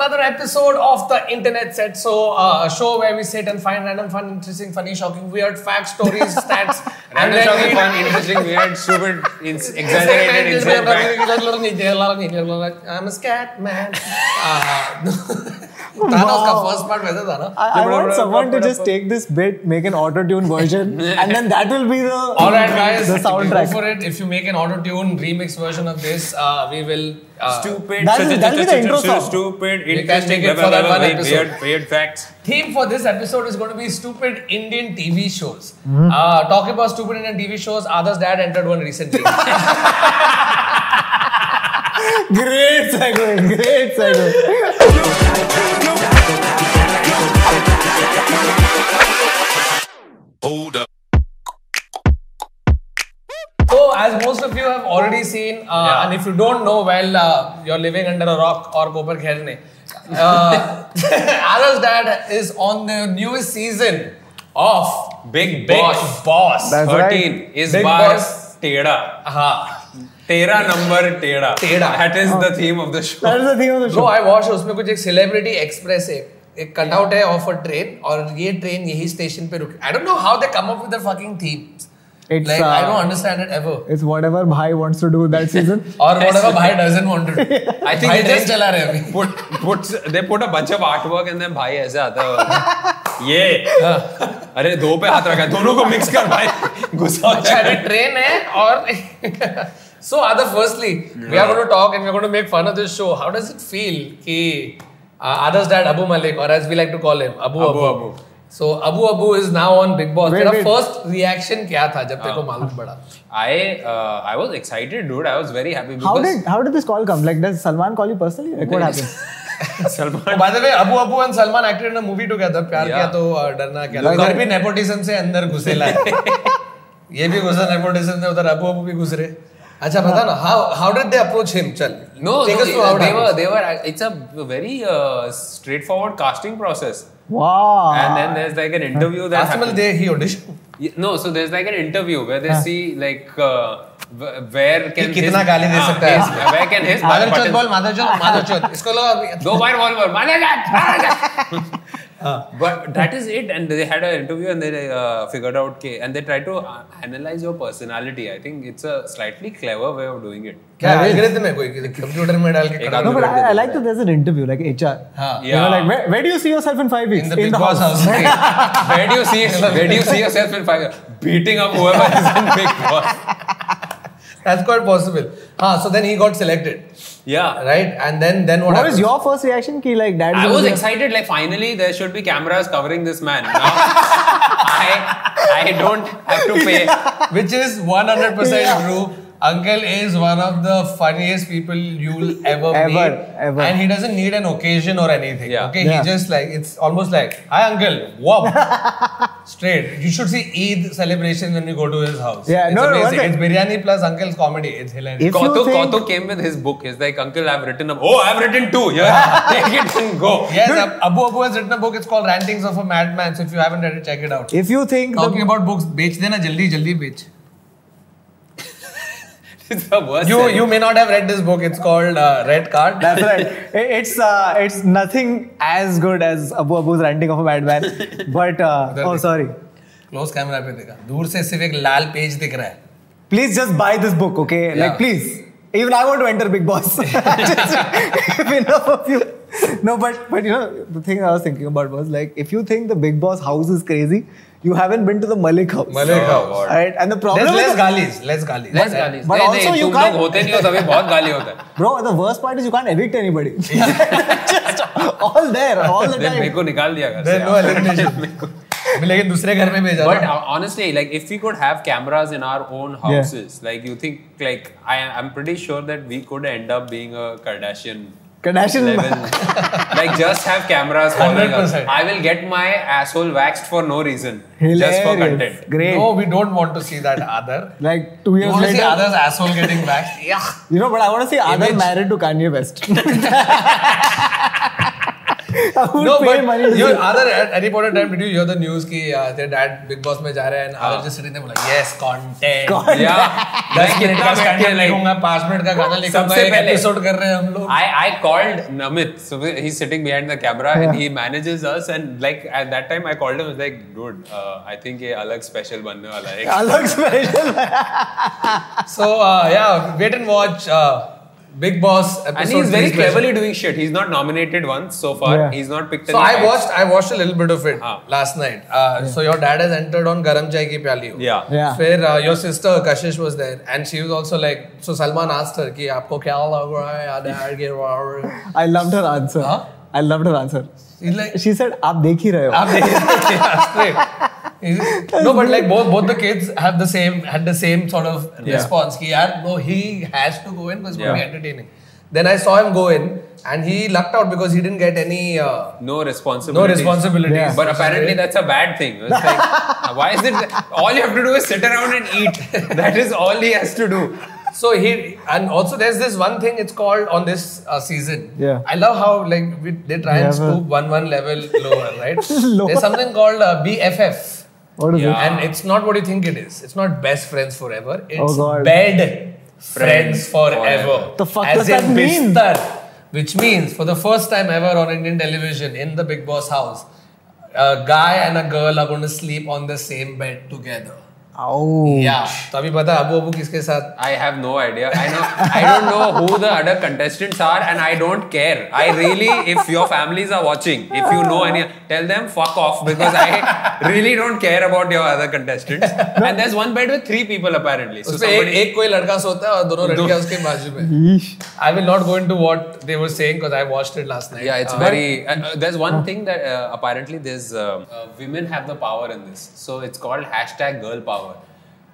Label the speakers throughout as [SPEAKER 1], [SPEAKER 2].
[SPEAKER 1] episode of the Internet Set So, uh, a show where we sit and find random, fun, interesting, funny, shocking, weird facts, stories, stats, and
[SPEAKER 2] Random
[SPEAKER 1] then
[SPEAKER 2] shocking,
[SPEAKER 1] we-
[SPEAKER 2] fun, interesting, weird, stupid, ins- exaggerated, insane fact.
[SPEAKER 1] Like, I'm a scat man. Uh, Thanos का first part वैसे था ना.
[SPEAKER 3] I, I want someone to just take this bit, make an auto tune version, and then that will be the
[SPEAKER 1] All right, guys.
[SPEAKER 3] the
[SPEAKER 1] Go
[SPEAKER 3] soundtrack.
[SPEAKER 1] for it. If you make an auto tune remix version of this, uh, we will. Uh,
[SPEAKER 2] Stupid,
[SPEAKER 3] That'll-
[SPEAKER 2] stu-
[SPEAKER 3] that'll
[SPEAKER 2] stu-
[SPEAKER 3] be the
[SPEAKER 2] stu-
[SPEAKER 3] intro
[SPEAKER 2] stu-
[SPEAKER 3] song.
[SPEAKER 2] Stupid,
[SPEAKER 1] can
[SPEAKER 2] interesting,
[SPEAKER 1] take it
[SPEAKER 2] blah,
[SPEAKER 1] for
[SPEAKER 2] blah,
[SPEAKER 1] that
[SPEAKER 2] blah,
[SPEAKER 1] one
[SPEAKER 2] weird-
[SPEAKER 1] episode.
[SPEAKER 2] weird- weird facts.
[SPEAKER 1] theme for this episode is going to be stupid Indian TV shows.
[SPEAKER 3] Hmm.
[SPEAKER 1] Uh, talking about stupid Indian TV shows, Ada's dad entered one recently.
[SPEAKER 3] Great segue, great segue.
[SPEAKER 4] Hold up.
[SPEAKER 1] so, as most of you have already seen, uh, and if you don't know, well, uh, you're living under a rock or Gopar Kherne. Uh, Ada's dad is on the newest season of
[SPEAKER 2] Big
[SPEAKER 1] Boss.
[SPEAKER 2] Boss.
[SPEAKER 1] Boss.
[SPEAKER 3] That's
[SPEAKER 2] Thirteen
[SPEAKER 3] right.
[SPEAKER 2] is
[SPEAKER 1] Big
[SPEAKER 2] bar
[SPEAKER 1] Boss.
[SPEAKER 2] Teda.
[SPEAKER 1] Aha.
[SPEAKER 2] Tera number Teda.
[SPEAKER 1] Teda.
[SPEAKER 2] That is
[SPEAKER 3] Oh.
[SPEAKER 2] the theme of the show.
[SPEAKER 3] That is the theme of the
[SPEAKER 1] no
[SPEAKER 3] show.
[SPEAKER 1] I watch उसमें कुछ एक celebrity express है एक cutout है of a train और ये train यही station पे रुकी I don't know how they come up with the fucking themes
[SPEAKER 3] It's,
[SPEAKER 1] like I
[SPEAKER 3] uh,
[SPEAKER 1] don't understand it ever
[SPEAKER 3] It's whatever Bhai wants to do that season.
[SPEAKER 1] और whatever भाई doesn't want to I think
[SPEAKER 2] I think
[SPEAKER 1] भाई
[SPEAKER 2] they
[SPEAKER 1] just
[SPEAKER 2] just-
[SPEAKER 1] चला रहे हैं अभी
[SPEAKER 2] Put, puts, they put a bunch of artwork and then भाई ऐसे आता है ये अरे दो पे हाथ रखा है, दोनों को मिक्स कर भाई गुस्सा
[SPEAKER 1] अच्छा अभी ट्रेन है और सो Adar firstly we are going to talk and we are going to make fun of this show how does it feel कि uh, आदर्स डैड अबू मलिक और as we like to call him Abu
[SPEAKER 2] Abu,
[SPEAKER 1] Abu so Abu Abu is now on Big Boss
[SPEAKER 3] Wait,
[SPEAKER 1] तेरा
[SPEAKER 3] wait.
[SPEAKER 1] First reaction क्या था जब
[SPEAKER 2] Ah.
[SPEAKER 1] तेरे को मालूम पड़ा
[SPEAKER 2] I uh, I was excited, dude. I was very happy because
[SPEAKER 3] How did how did this call come? Like, does Salman call you personally? Like, what happens?
[SPEAKER 2] Salman.
[SPEAKER 1] By the way Abu Abu and Salman acted in a movie together Pyaar
[SPEAKER 2] Yeah.
[SPEAKER 1] Kiya To uh, डरना क्या लगा घर भी nepotism से अंदर घुसेला है ये भी घुसा नेपोटिज्म से उधर अबू अबू भी घुसरे अच्छा बता ना how how did they approach him चल
[SPEAKER 2] No,
[SPEAKER 1] take
[SPEAKER 2] no
[SPEAKER 1] us to हाउ
[SPEAKER 2] they, they were they were. It's a very uh, straightforward casting process,
[SPEAKER 3] Wow.
[SPEAKER 2] and then there's like an interview that
[SPEAKER 1] After
[SPEAKER 2] happens.
[SPEAKER 1] they he audition
[SPEAKER 2] Yeah, No, so there's like an interview where they see like uh, wh- where can
[SPEAKER 1] कितना
[SPEAKER 2] his-
[SPEAKER 1] गाली दे
[SPEAKER 2] हाँ,
[SPEAKER 1] सकता है।
[SPEAKER 2] his- where can his
[SPEAKER 1] Madhav Chauth
[SPEAKER 2] button-
[SPEAKER 1] बोल माधव चौथ माधव चौथ इसको लगा अभी-
[SPEAKER 2] दो बार बॉल पर मारा जा But that is it, and they had an interview and they uh, figured out K, and they tried to uh, analyze your personality. I think it's a slightly clever way of doing it.
[SPEAKER 1] क्या algorithm है कोई computer में डाल के
[SPEAKER 2] एक
[SPEAKER 1] करा
[SPEAKER 3] no,
[SPEAKER 1] दो।
[SPEAKER 3] but I, I like that there's an interview, like HR.
[SPEAKER 1] हाँ,
[SPEAKER 3] You
[SPEAKER 2] Yeah.
[SPEAKER 3] know, like where, where do you see yourself in five weeks?
[SPEAKER 1] in the big boss house
[SPEAKER 2] Where do you see where do you see yourself in five years? Beating up whoever is in Big Boss.
[SPEAKER 1] that's quite possible हाँ so then he got selected
[SPEAKER 2] Yeah.
[SPEAKER 1] right and then then what
[SPEAKER 3] What was
[SPEAKER 1] happened?
[SPEAKER 3] your first reaction? Ki like dad.
[SPEAKER 2] I was excited, like finally there should be cameras covering this man. Now I I don't have to pay.
[SPEAKER 1] which is 100%
[SPEAKER 3] Yeah.
[SPEAKER 1] true. Uncle is one of the funniest people you'll ever,
[SPEAKER 3] Ever,
[SPEAKER 1] meet.
[SPEAKER 3] ever.
[SPEAKER 1] And he doesn't need an occasion or anything.
[SPEAKER 2] Yeah.
[SPEAKER 1] Okay,
[SPEAKER 3] Yeah.
[SPEAKER 1] he just like, it's almost like, hi uncle, wop. Straight. You should see Eid celebration when we go to his house.
[SPEAKER 3] Yeah,
[SPEAKER 1] it's
[SPEAKER 3] no, no,
[SPEAKER 1] amazing.
[SPEAKER 3] one
[SPEAKER 1] it's biryani plus uncle's comedy. It's hilarious.
[SPEAKER 3] If you
[SPEAKER 2] Kautuk,
[SPEAKER 3] think-
[SPEAKER 2] Kautuk came with his book. He's like, Uncle, I've written a Oh, I've written two. Yeah, take it and go.
[SPEAKER 1] yes, Ab- Abu Abu has written a book. It's called Rantings of a Madman. So if you haven't read it, check it out.
[SPEAKER 3] If you think the,
[SPEAKER 1] Talking about books, बेच देना जल्दी जल्दी बेच.
[SPEAKER 2] It's the worst.
[SPEAKER 1] You
[SPEAKER 2] thing.
[SPEAKER 1] you may not have read this book. It's called uh, Red Card.
[SPEAKER 3] That's right. I- It's uh, it's nothing as good as Abu Abu's ranting of a madman. But uh, oh, sorry.
[SPEAKER 1] Close camera पे देखा दूर से सिर्फ एक लाल page दिख रहा है
[SPEAKER 3] Please just buy this book, okay? Like
[SPEAKER 1] Yeah.
[SPEAKER 3] please. Even I want to enter Big Boss. Just- enough of you. No, but but you know the thing I was thinking about was like if you think the Big Boss house is crazy, you haven't been to the Malik house.
[SPEAKER 1] Malik
[SPEAKER 2] Oh,
[SPEAKER 1] house
[SPEAKER 2] God.
[SPEAKER 3] Right? And the problem
[SPEAKER 1] less
[SPEAKER 3] is
[SPEAKER 1] less
[SPEAKER 3] the-
[SPEAKER 1] गालीज less गालीज
[SPEAKER 2] Less गाली.
[SPEAKER 3] But
[SPEAKER 2] नहीं,
[SPEAKER 3] also
[SPEAKER 2] नहीं,
[SPEAKER 3] you
[SPEAKER 2] तुम लोग
[SPEAKER 3] can't-
[SPEAKER 2] होते नहीं हो तभी बहुत गाली होता है
[SPEAKER 3] Bro, the worst part is you can't evict anybody. Just all there, all the
[SPEAKER 2] Then मेरे
[SPEAKER 3] time.
[SPEAKER 2] को निकाल दिया घर से
[SPEAKER 1] देयर नो एलिमिनेशन लेकिन दूसरे घर में भेजा
[SPEAKER 2] But
[SPEAKER 1] था।
[SPEAKER 2] uh, honestly, like if we could have cameras in our own houses, like you think, like I, I'm pretty sure that we could end up being a Kardashian.
[SPEAKER 3] Kardashian.
[SPEAKER 2] level. like just have cameras. following us.
[SPEAKER 1] 100%.
[SPEAKER 2] I will get my asshole waxed for no reason, just for
[SPEAKER 3] Hilarious.
[SPEAKER 2] content.
[SPEAKER 3] Great.
[SPEAKER 1] no we don't want to see that other
[SPEAKER 3] Like two
[SPEAKER 1] you
[SPEAKER 3] years
[SPEAKER 1] want to
[SPEAKER 3] later.
[SPEAKER 1] see others asshole getting back yeah
[SPEAKER 3] You know, but I want to see Adar
[SPEAKER 1] Image.
[SPEAKER 3] married to Kanye West. I would
[SPEAKER 1] No,
[SPEAKER 3] pay
[SPEAKER 1] but
[SPEAKER 3] money to
[SPEAKER 1] you
[SPEAKER 3] see.
[SPEAKER 1] other at any point in time did you hear the news ki uh, their dad Big Boss में जा रहे हैं and
[SPEAKER 2] हाँ।
[SPEAKER 1] I was just sitting there like yes content.
[SPEAKER 2] Yeah.
[SPEAKER 1] दस minute
[SPEAKER 2] Like, कितना
[SPEAKER 1] का
[SPEAKER 2] मैं
[SPEAKER 1] stand
[SPEAKER 2] like-
[SPEAKER 1] लिखूंगा पांच मिनट का गाना लिखूंगा
[SPEAKER 2] सबसे
[SPEAKER 1] एक
[SPEAKER 2] पहले-
[SPEAKER 1] एपिसोड कर रहे हैं हम लोग
[SPEAKER 2] I, I called Namit. So we- he's sitting behind the camera and he manages us. And like at that time, I called him. I was like, dude, uh, I think ये अलग special बनने वाला है.
[SPEAKER 3] अलग special.
[SPEAKER 1] so uh, yeah wait and watch uh, Big Boss episode
[SPEAKER 2] And he's very
[SPEAKER 1] three special.
[SPEAKER 2] cleverly doing shit. He's not nominated once so far.
[SPEAKER 3] Yeah.
[SPEAKER 2] He's not picked
[SPEAKER 1] So
[SPEAKER 2] any
[SPEAKER 1] I
[SPEAKER 2] fights.
[SPEAKER 1] watched I watched a little bit of it
[SPEAKER 2] हाँ.
[SPEAKER 1] last night. Uh, So your dad has entered on Garam Chai Ki Pyali. Ho.
[SPEAKER 2] Yeah.
[SPEAKER 3] Yeah.
[SPEAKER 1] फिर uh, your sister Kashish was there and she was also like so Salman asked her कि आपको क्या लग रहा है यार dad के बारे में?"
[SPEAKER 3] I loved her answer.
[SPEAKER 1] Huh?
[SPEAKER 3] I loved her answer.
[SPEAKER 1] He's like
[SPEAKER 3] She said, "आप देख ही रहे हो."
[SPEAKER 1] आप देखिए, yeah, straight. He's- no but like both both the kids have the same had the same sort of response कि यार no he has to go in because it's going to be
[SPEAKER 2] Yeah.
[SPEAKER 1] entertaining. Then I saw him go in and he lucked out because he didn't get any uh,
[SPEAKER 2] No responsibility.
[SPEAKER 1] no responsibilities.
[SPEAKER 3] Yeah.
[SPEAKER 2] But apparently that's a bad thing. It's like, why is it? that- All you have to do is sit around and eat. That is all he has to do.
[SPEAKER 1] So he and also there's this one thing it's called on this uh, season.
[SPEAKER 3] Yeah.
[SPEAKER 1] I love how like we, they try and
[SPEAKER 3] Level.
[SPEAKER 1] scoop one one level lower, right?
[SPEAKER 3] Lower.
[SPEAKER 1] There's something called uh, BFF,
[SPEAKER 3] What is
[SPEAKER 2] Yeah.
[SPEAKER 3] it?
[SPEAKER 1] and it's not what you think it is. It's not best friends forever. It's
[SPEAKER 3] Oh, God.
[SPEAKER 1] bed friends
[SPEAKER 2] Friends
[SPEAKER 1] forever.
[SPEAKER 2] forever.
[SPEAKER 3] The fuck
[SPEAKER 1] As
[SPEAKER 3] does
[SPEAKER 1] in
[SPEAKER 3] that mean?
[SPEAKER 1] Bistar, which means for the first time ever on Indian television in the Big Boss house, a guy and a girl are going to sleep on the same bed together.
[SPEAKER 3] Oh.
[SPEAKER 1] Yeah. तो अभी पता है, अबू अबू किसके साथ
[SPEAKER 2] I have no idea. I know I don't know who the other contestants are, and I don't care. I really, if your families are watching, if you know any, tell them fuck off because I really don't care about your other contestants. And there's one bed with three people apparently. So
[SPEAKER 1] उसमें एक
[SPEAKER 2] somebody,
[SPEAKER 1] एक कोई लड़का सोता है और दोनों लड़कियां उसके बाजू में
[SPEAKER 3] Yeesh.
[SPEAKER 1] I will not go into what they were saying because I watched it last night
[SPEAKER 2] yeah, it's very. Uh, uh, there's one thing that uh, apparently there's um, uh, women have the power in this. So it's called hashtag girl power.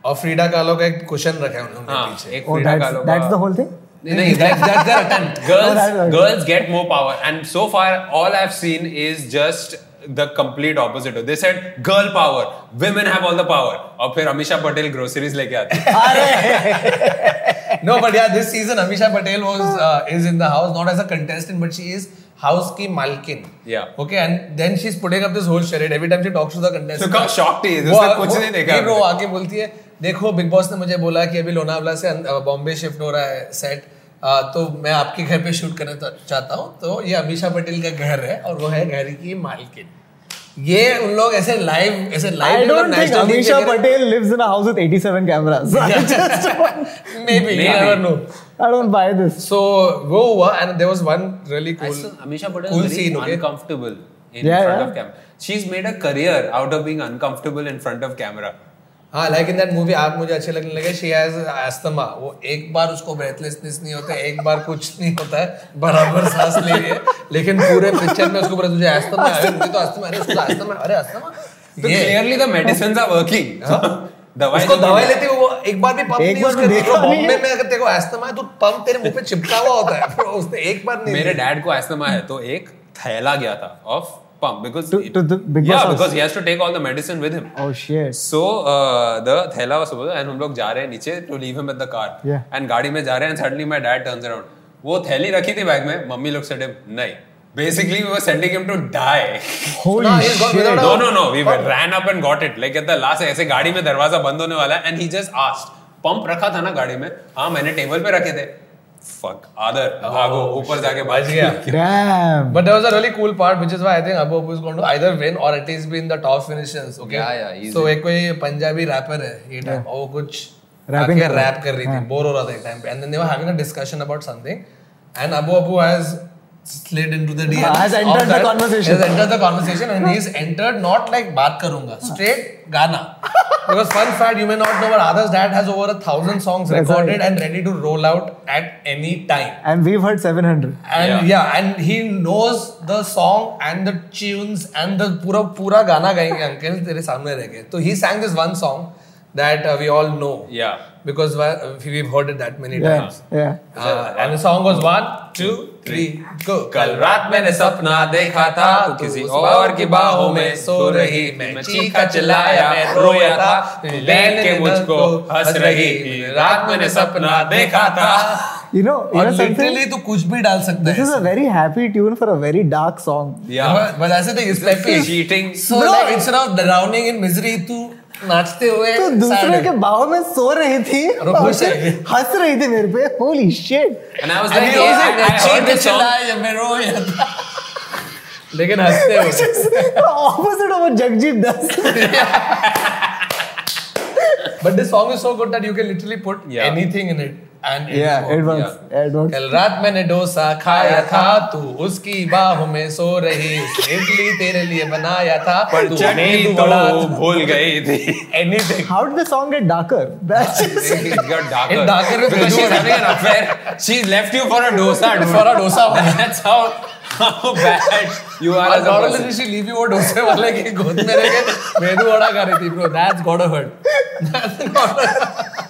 [SPEAKER 1] और Frida kahlo का एक cushion रखा है उन्होंने
[SPEAKER 2] हाँ,
[SPEAKER 1] पीछे
[SPEAKER 2] एक
[SPEAKER 3] Oh,
[SPEAKER 2] Frida
[SPEAKER 3] that's
[SPEAKER 2] Kahlo का-
[SPEAKER 3] that's the whole thing.
[SPEAKER 2] नहीं, that- that's their attempt.
[SPEAKER 3] Oh, that's
[SPEAKER 2] Girls,
[SPEAKER 3] right.
[SPEAKER 2] girls get more power, and so far, all I've seen is just the complete opposite. of- They said girl power, women have all the power, और फिर Amisha Patel groceries लेके आती है.
[SPEAKER 1] No but yeah this season Amisha Patel was is in the house not as a contestant but she is house की मालकिन
[SPEAKER 2] Yeah.
[SPEAKER 1] Okay and then she is putting up this whole charade every time she talks to the
[SPEAKER 2] So
[SPEAKER 1] contestant
[SPEAKER 2] how shocked he is. उसने कुछ नहीं देखा.
[SPEAKER 1] वो आगे बोलती है देखो बिग बॉस ने मुझे बोला कि अभी लोनावला से अं- अ, बॉम्बे शिफ्ट हो रहा है सेट तो मैं आपके घर पे शूट करना चा- चाहता हूँ तो ये अमीशा पटेल का घर है और वो है घर की मालकिन ये उन लोग ऐसे लाइव ऐसे मतलब
[SPEAKER 3] I
[SPEAKER 1] live
[SPEAKER 3] don't think Amisha Patel lives in a house with 87 cameras. I just don't-
[SPEAKER 1] maybe
[SPEAKER 2] Maybe.
[SPEAKER 1] Never know
[SPEAKER 3] I don't buy this.
[SPEAKER 1] So वो हुआ and there was one really
[SPEAKER 2] I
[SPEAKER 1] cool
[SPEAKER 2] saw Amisha Patel
[SPEAKER 1] cool
[SPEAKER 2] is very
[SPEAKER 1] scene, okay?
[SPEAKER 2] uncomfortable in
[SPEAKER 3] Yeah,
[SPEAKER 2] front
[SPEAKER 3] yeah.
[SPEAKER 2] of camera. She's made a career out of being uncomfortable in front of camera.
[SPEAKER 1] हाँ like in that movie आप मुझे अच्छे लगने लगे she has asthma वो एक बार उसको breathlessness नहीं होता एक बार कुछ नहीं होता है बराबर सांस ले रही है लेकिन पूरे पिक्चर में उसको बोला तुझे अस्थमा है अरे मुझे तो अस्थमा है, अरे उसको अस्थमा है, अरे
[SPEAKER 2] So तो
[SPEAKER 1] अस्थमा ये हाँ।
[SPEAKER 2] clearly the medicines are working. दवाई तो
[SPEAKER 1] उसको
[SPEAKER 2] नहीं
[SPEAKER 1] दवाई
[SPEAKER 2] मिली.
[SPEAKER 1] लेते हुए वो एक बार भी पंप
[SPEAKER 3] एक
[SPEAKER 1] नहीं
[SPEAKER 3] बार
[SPEAKER 1] यूज
[SPEAKER 3] भी
[SPEAKER 1] करती
[SPEAKER 3] देखा नहीं
[SPEAKER 1] बॉम्बे
[SPEAKER 3] है।
[SPEAKER 1] में अगर तेरे को अस्थमा है तो पंप तेरे मुंह पे चिपका हुआ होता है पर उसने एक बार नहीं
[SPEAKER 2] मेरे डैड को एस्थमा है तो एक थैला गया था of pump because
[SPEAKER 3] To- to to- the Big Boss
[SPEAKER 2] yeah
[SPEAKER 3] house.
[SPEAKER 2] because he has to take all the medicine with him
[SPEAKER 3] Oh shit.
[SPEAKER 2] so uh, the थैला was supposed and हम लोग जा रहे हैं नीचे to leave him at the car
[SPEAKER 3] Yeah.
[SPEAKER 2] and गाड़ी में जा रहे हैं and suddenly my dad turns around वो थैली रखी थी बैग में मम्मी looks at him नहीं basically we were sending him to die
[SPEAKER 3] Holy
[SPEAKER 1] No, he's
[SPEAKER 2] Oh,
[SPEAKER 1] got-
[SPEAKER 3] shit.
[SPEAKER 1] without
[SPEAKER 2] no no no we were, ran up and got it like at the last ऐसे गाड़ी में दरवाजा बंद होने वाला है and he just asked pump रखा था ना गाड़ी में हाँ मैंने टेबल पे रखे थे fuck आदर भागो ऊपर जाके
[SPEAKER 1] बच
[SPEAKER 2] Oh, बच
[SPEAKER 1] गया।
[SPEAKER 2] गया
[SPEAKER 3] Damn.
[SPEAKER 1] But there was a really cool part, which is why I think Abu Abu is going to either win or at least be in the top finishes. Okay.
[SPEAKER 2] Yeah, yeah, easy.
[SPEAKER 1] So एक कोई Punjabi rapper है ये time और वो कुछ
[SPEAKER 3] Rapping
[SPEAKER 1] आके
[SPEAKER 3] कर रहा हाँ।
[SPEAKER 1] rap कर रही थी बोर हो रहा था एक time पे and then they were having a discussion about something and Abu Abu has slid into the DM
[SPEAKER 3] हाँ, Has entered the conversation.
[SPEAKER 1] has entered the conversation and he's entered not like बात करूँगा
[SPEAKER 3] हाँ।
[SPEAKER 1] straight गाना because fun fact you may not know but Adar's dad has over a thousand songs
[SPEAKER 3] That's right.
[SPEAKER 1] recorded and ready to roll out at any time
[SPEAKER 3] And we've heard 700.
[SPEAKER 1] and yeah. and he knows the song and the tunes and the पूरा पूरा गाना गाएंगे uncle तेरे सामने रह गए तो he sang this one song that uh, we all know
[SPEAKER 2] yeah
[SPEAKER 1] because uh, we've heard it that many
[SPEAKER 3] Yeah.
[SPEAKER 1] times
[SPEAKER 3] Yeah.
[SPEAKER 1] uh, and the song was one two three go
[SPEAKER 2] कल रात मैंने सपना देखा था तू तो किसी और की बाहों में सो रही मैं चीखा चिल्लाया मैं रोया था तो तू बैठ के मुझको हंस रही रात मैंने सपना देखा था
[SPEAKER 3] You know, you
[SPEAKER 1] और
[SPEAKER 3] know something.
[SPEAKER 1] लिटरली तू कुछ भी डाल सकता
[SPEAKER 3] This is a
[SPEAKER 1] है
[SPEAKER 3] very happy tune for a very dark song.
[SPEAKER 2] Yeah.
[SPEAKER 1] but तो that's the thing it's peppy
[SPEAKER 2] Cheating.
[SPEAKER 1] so
[SPEAKER 3] Bro.
[SPEAKER 1] like instead of drowning in misery तू नाचते हुए
[SPEAKER 3] तो दूसरे
[SPEAKER 1] sad
[SPEAKER 3] के
[SPEAKER 1] है.
[SPEAKER 3] बाहों में सो रही थी
[SPEAKER 1] और वो
[SPEAKER 3] और
[SPEAKER 1] खुश है।
[SPEAKER 3] हंस रही थी मेरे पे holy shit
[SPEAKER 2] And I was
[SPEAKER 1] And
[SPEAKER 2] like,
[SPEAKER 1] he was
[SPEAKER 2] yeah,
[SPEAKER 1] like,
[SPEAKER 2] I, I heard
[SPEAKER 1] "cheat
[SPEAKER 2] the song.
[SPEAKER 1] चिल्ला या मैं रो या था." लेकिन हंसते हुए
[SPEAKER 3] opposite of what Jagjit does.
[SPEAKER 1] But this song is so good that you can literally put
[SPEAKER 2] Yeah.
[SPEAKER 1] anything in it. And
[SPEAKER 3] Yeah, it
[SPEAKER 1] will work.
[SPEAKER 3] works. It works.
[SPEAKER 1] कल रात मैंने डोसा खाया था तू उसकी बाहों में सो रही उसने इडली तेरे लिए बनाया था
[SPEAKER 2] पर
[SPEAKER 1] तूने
[SPEAKER 2] चटनी
[SPEAKER 1] बड़ा
[SPEAKER 2] तो भूल गई थी.
[SPEAKER 1] anything
[SPEAKER 3] How did the song get darker? That's just
[SPEAKER 2] It got darker.
[SPEAKER 1] It darker with
[SPEAKER 2] because she's
[SPEAKER 1] Prajwal.
[SPEAKER 2] having an affair. She's left you for a dosa. dude.
[SPEAKER 1] for a dosa one.
[SPEAKER 2] That's how how bad you are
[SPEAKER 1] और
[SPEAKER 2] as a
[SPEAKER 1] not
[SPEAKER 2] person.
[SPEAKER 1] only did she leave you वो डोसे वाले की गोद में रह के मेदू वड़ा खा रही थी bro that's gotta hurt That's gotta hurt.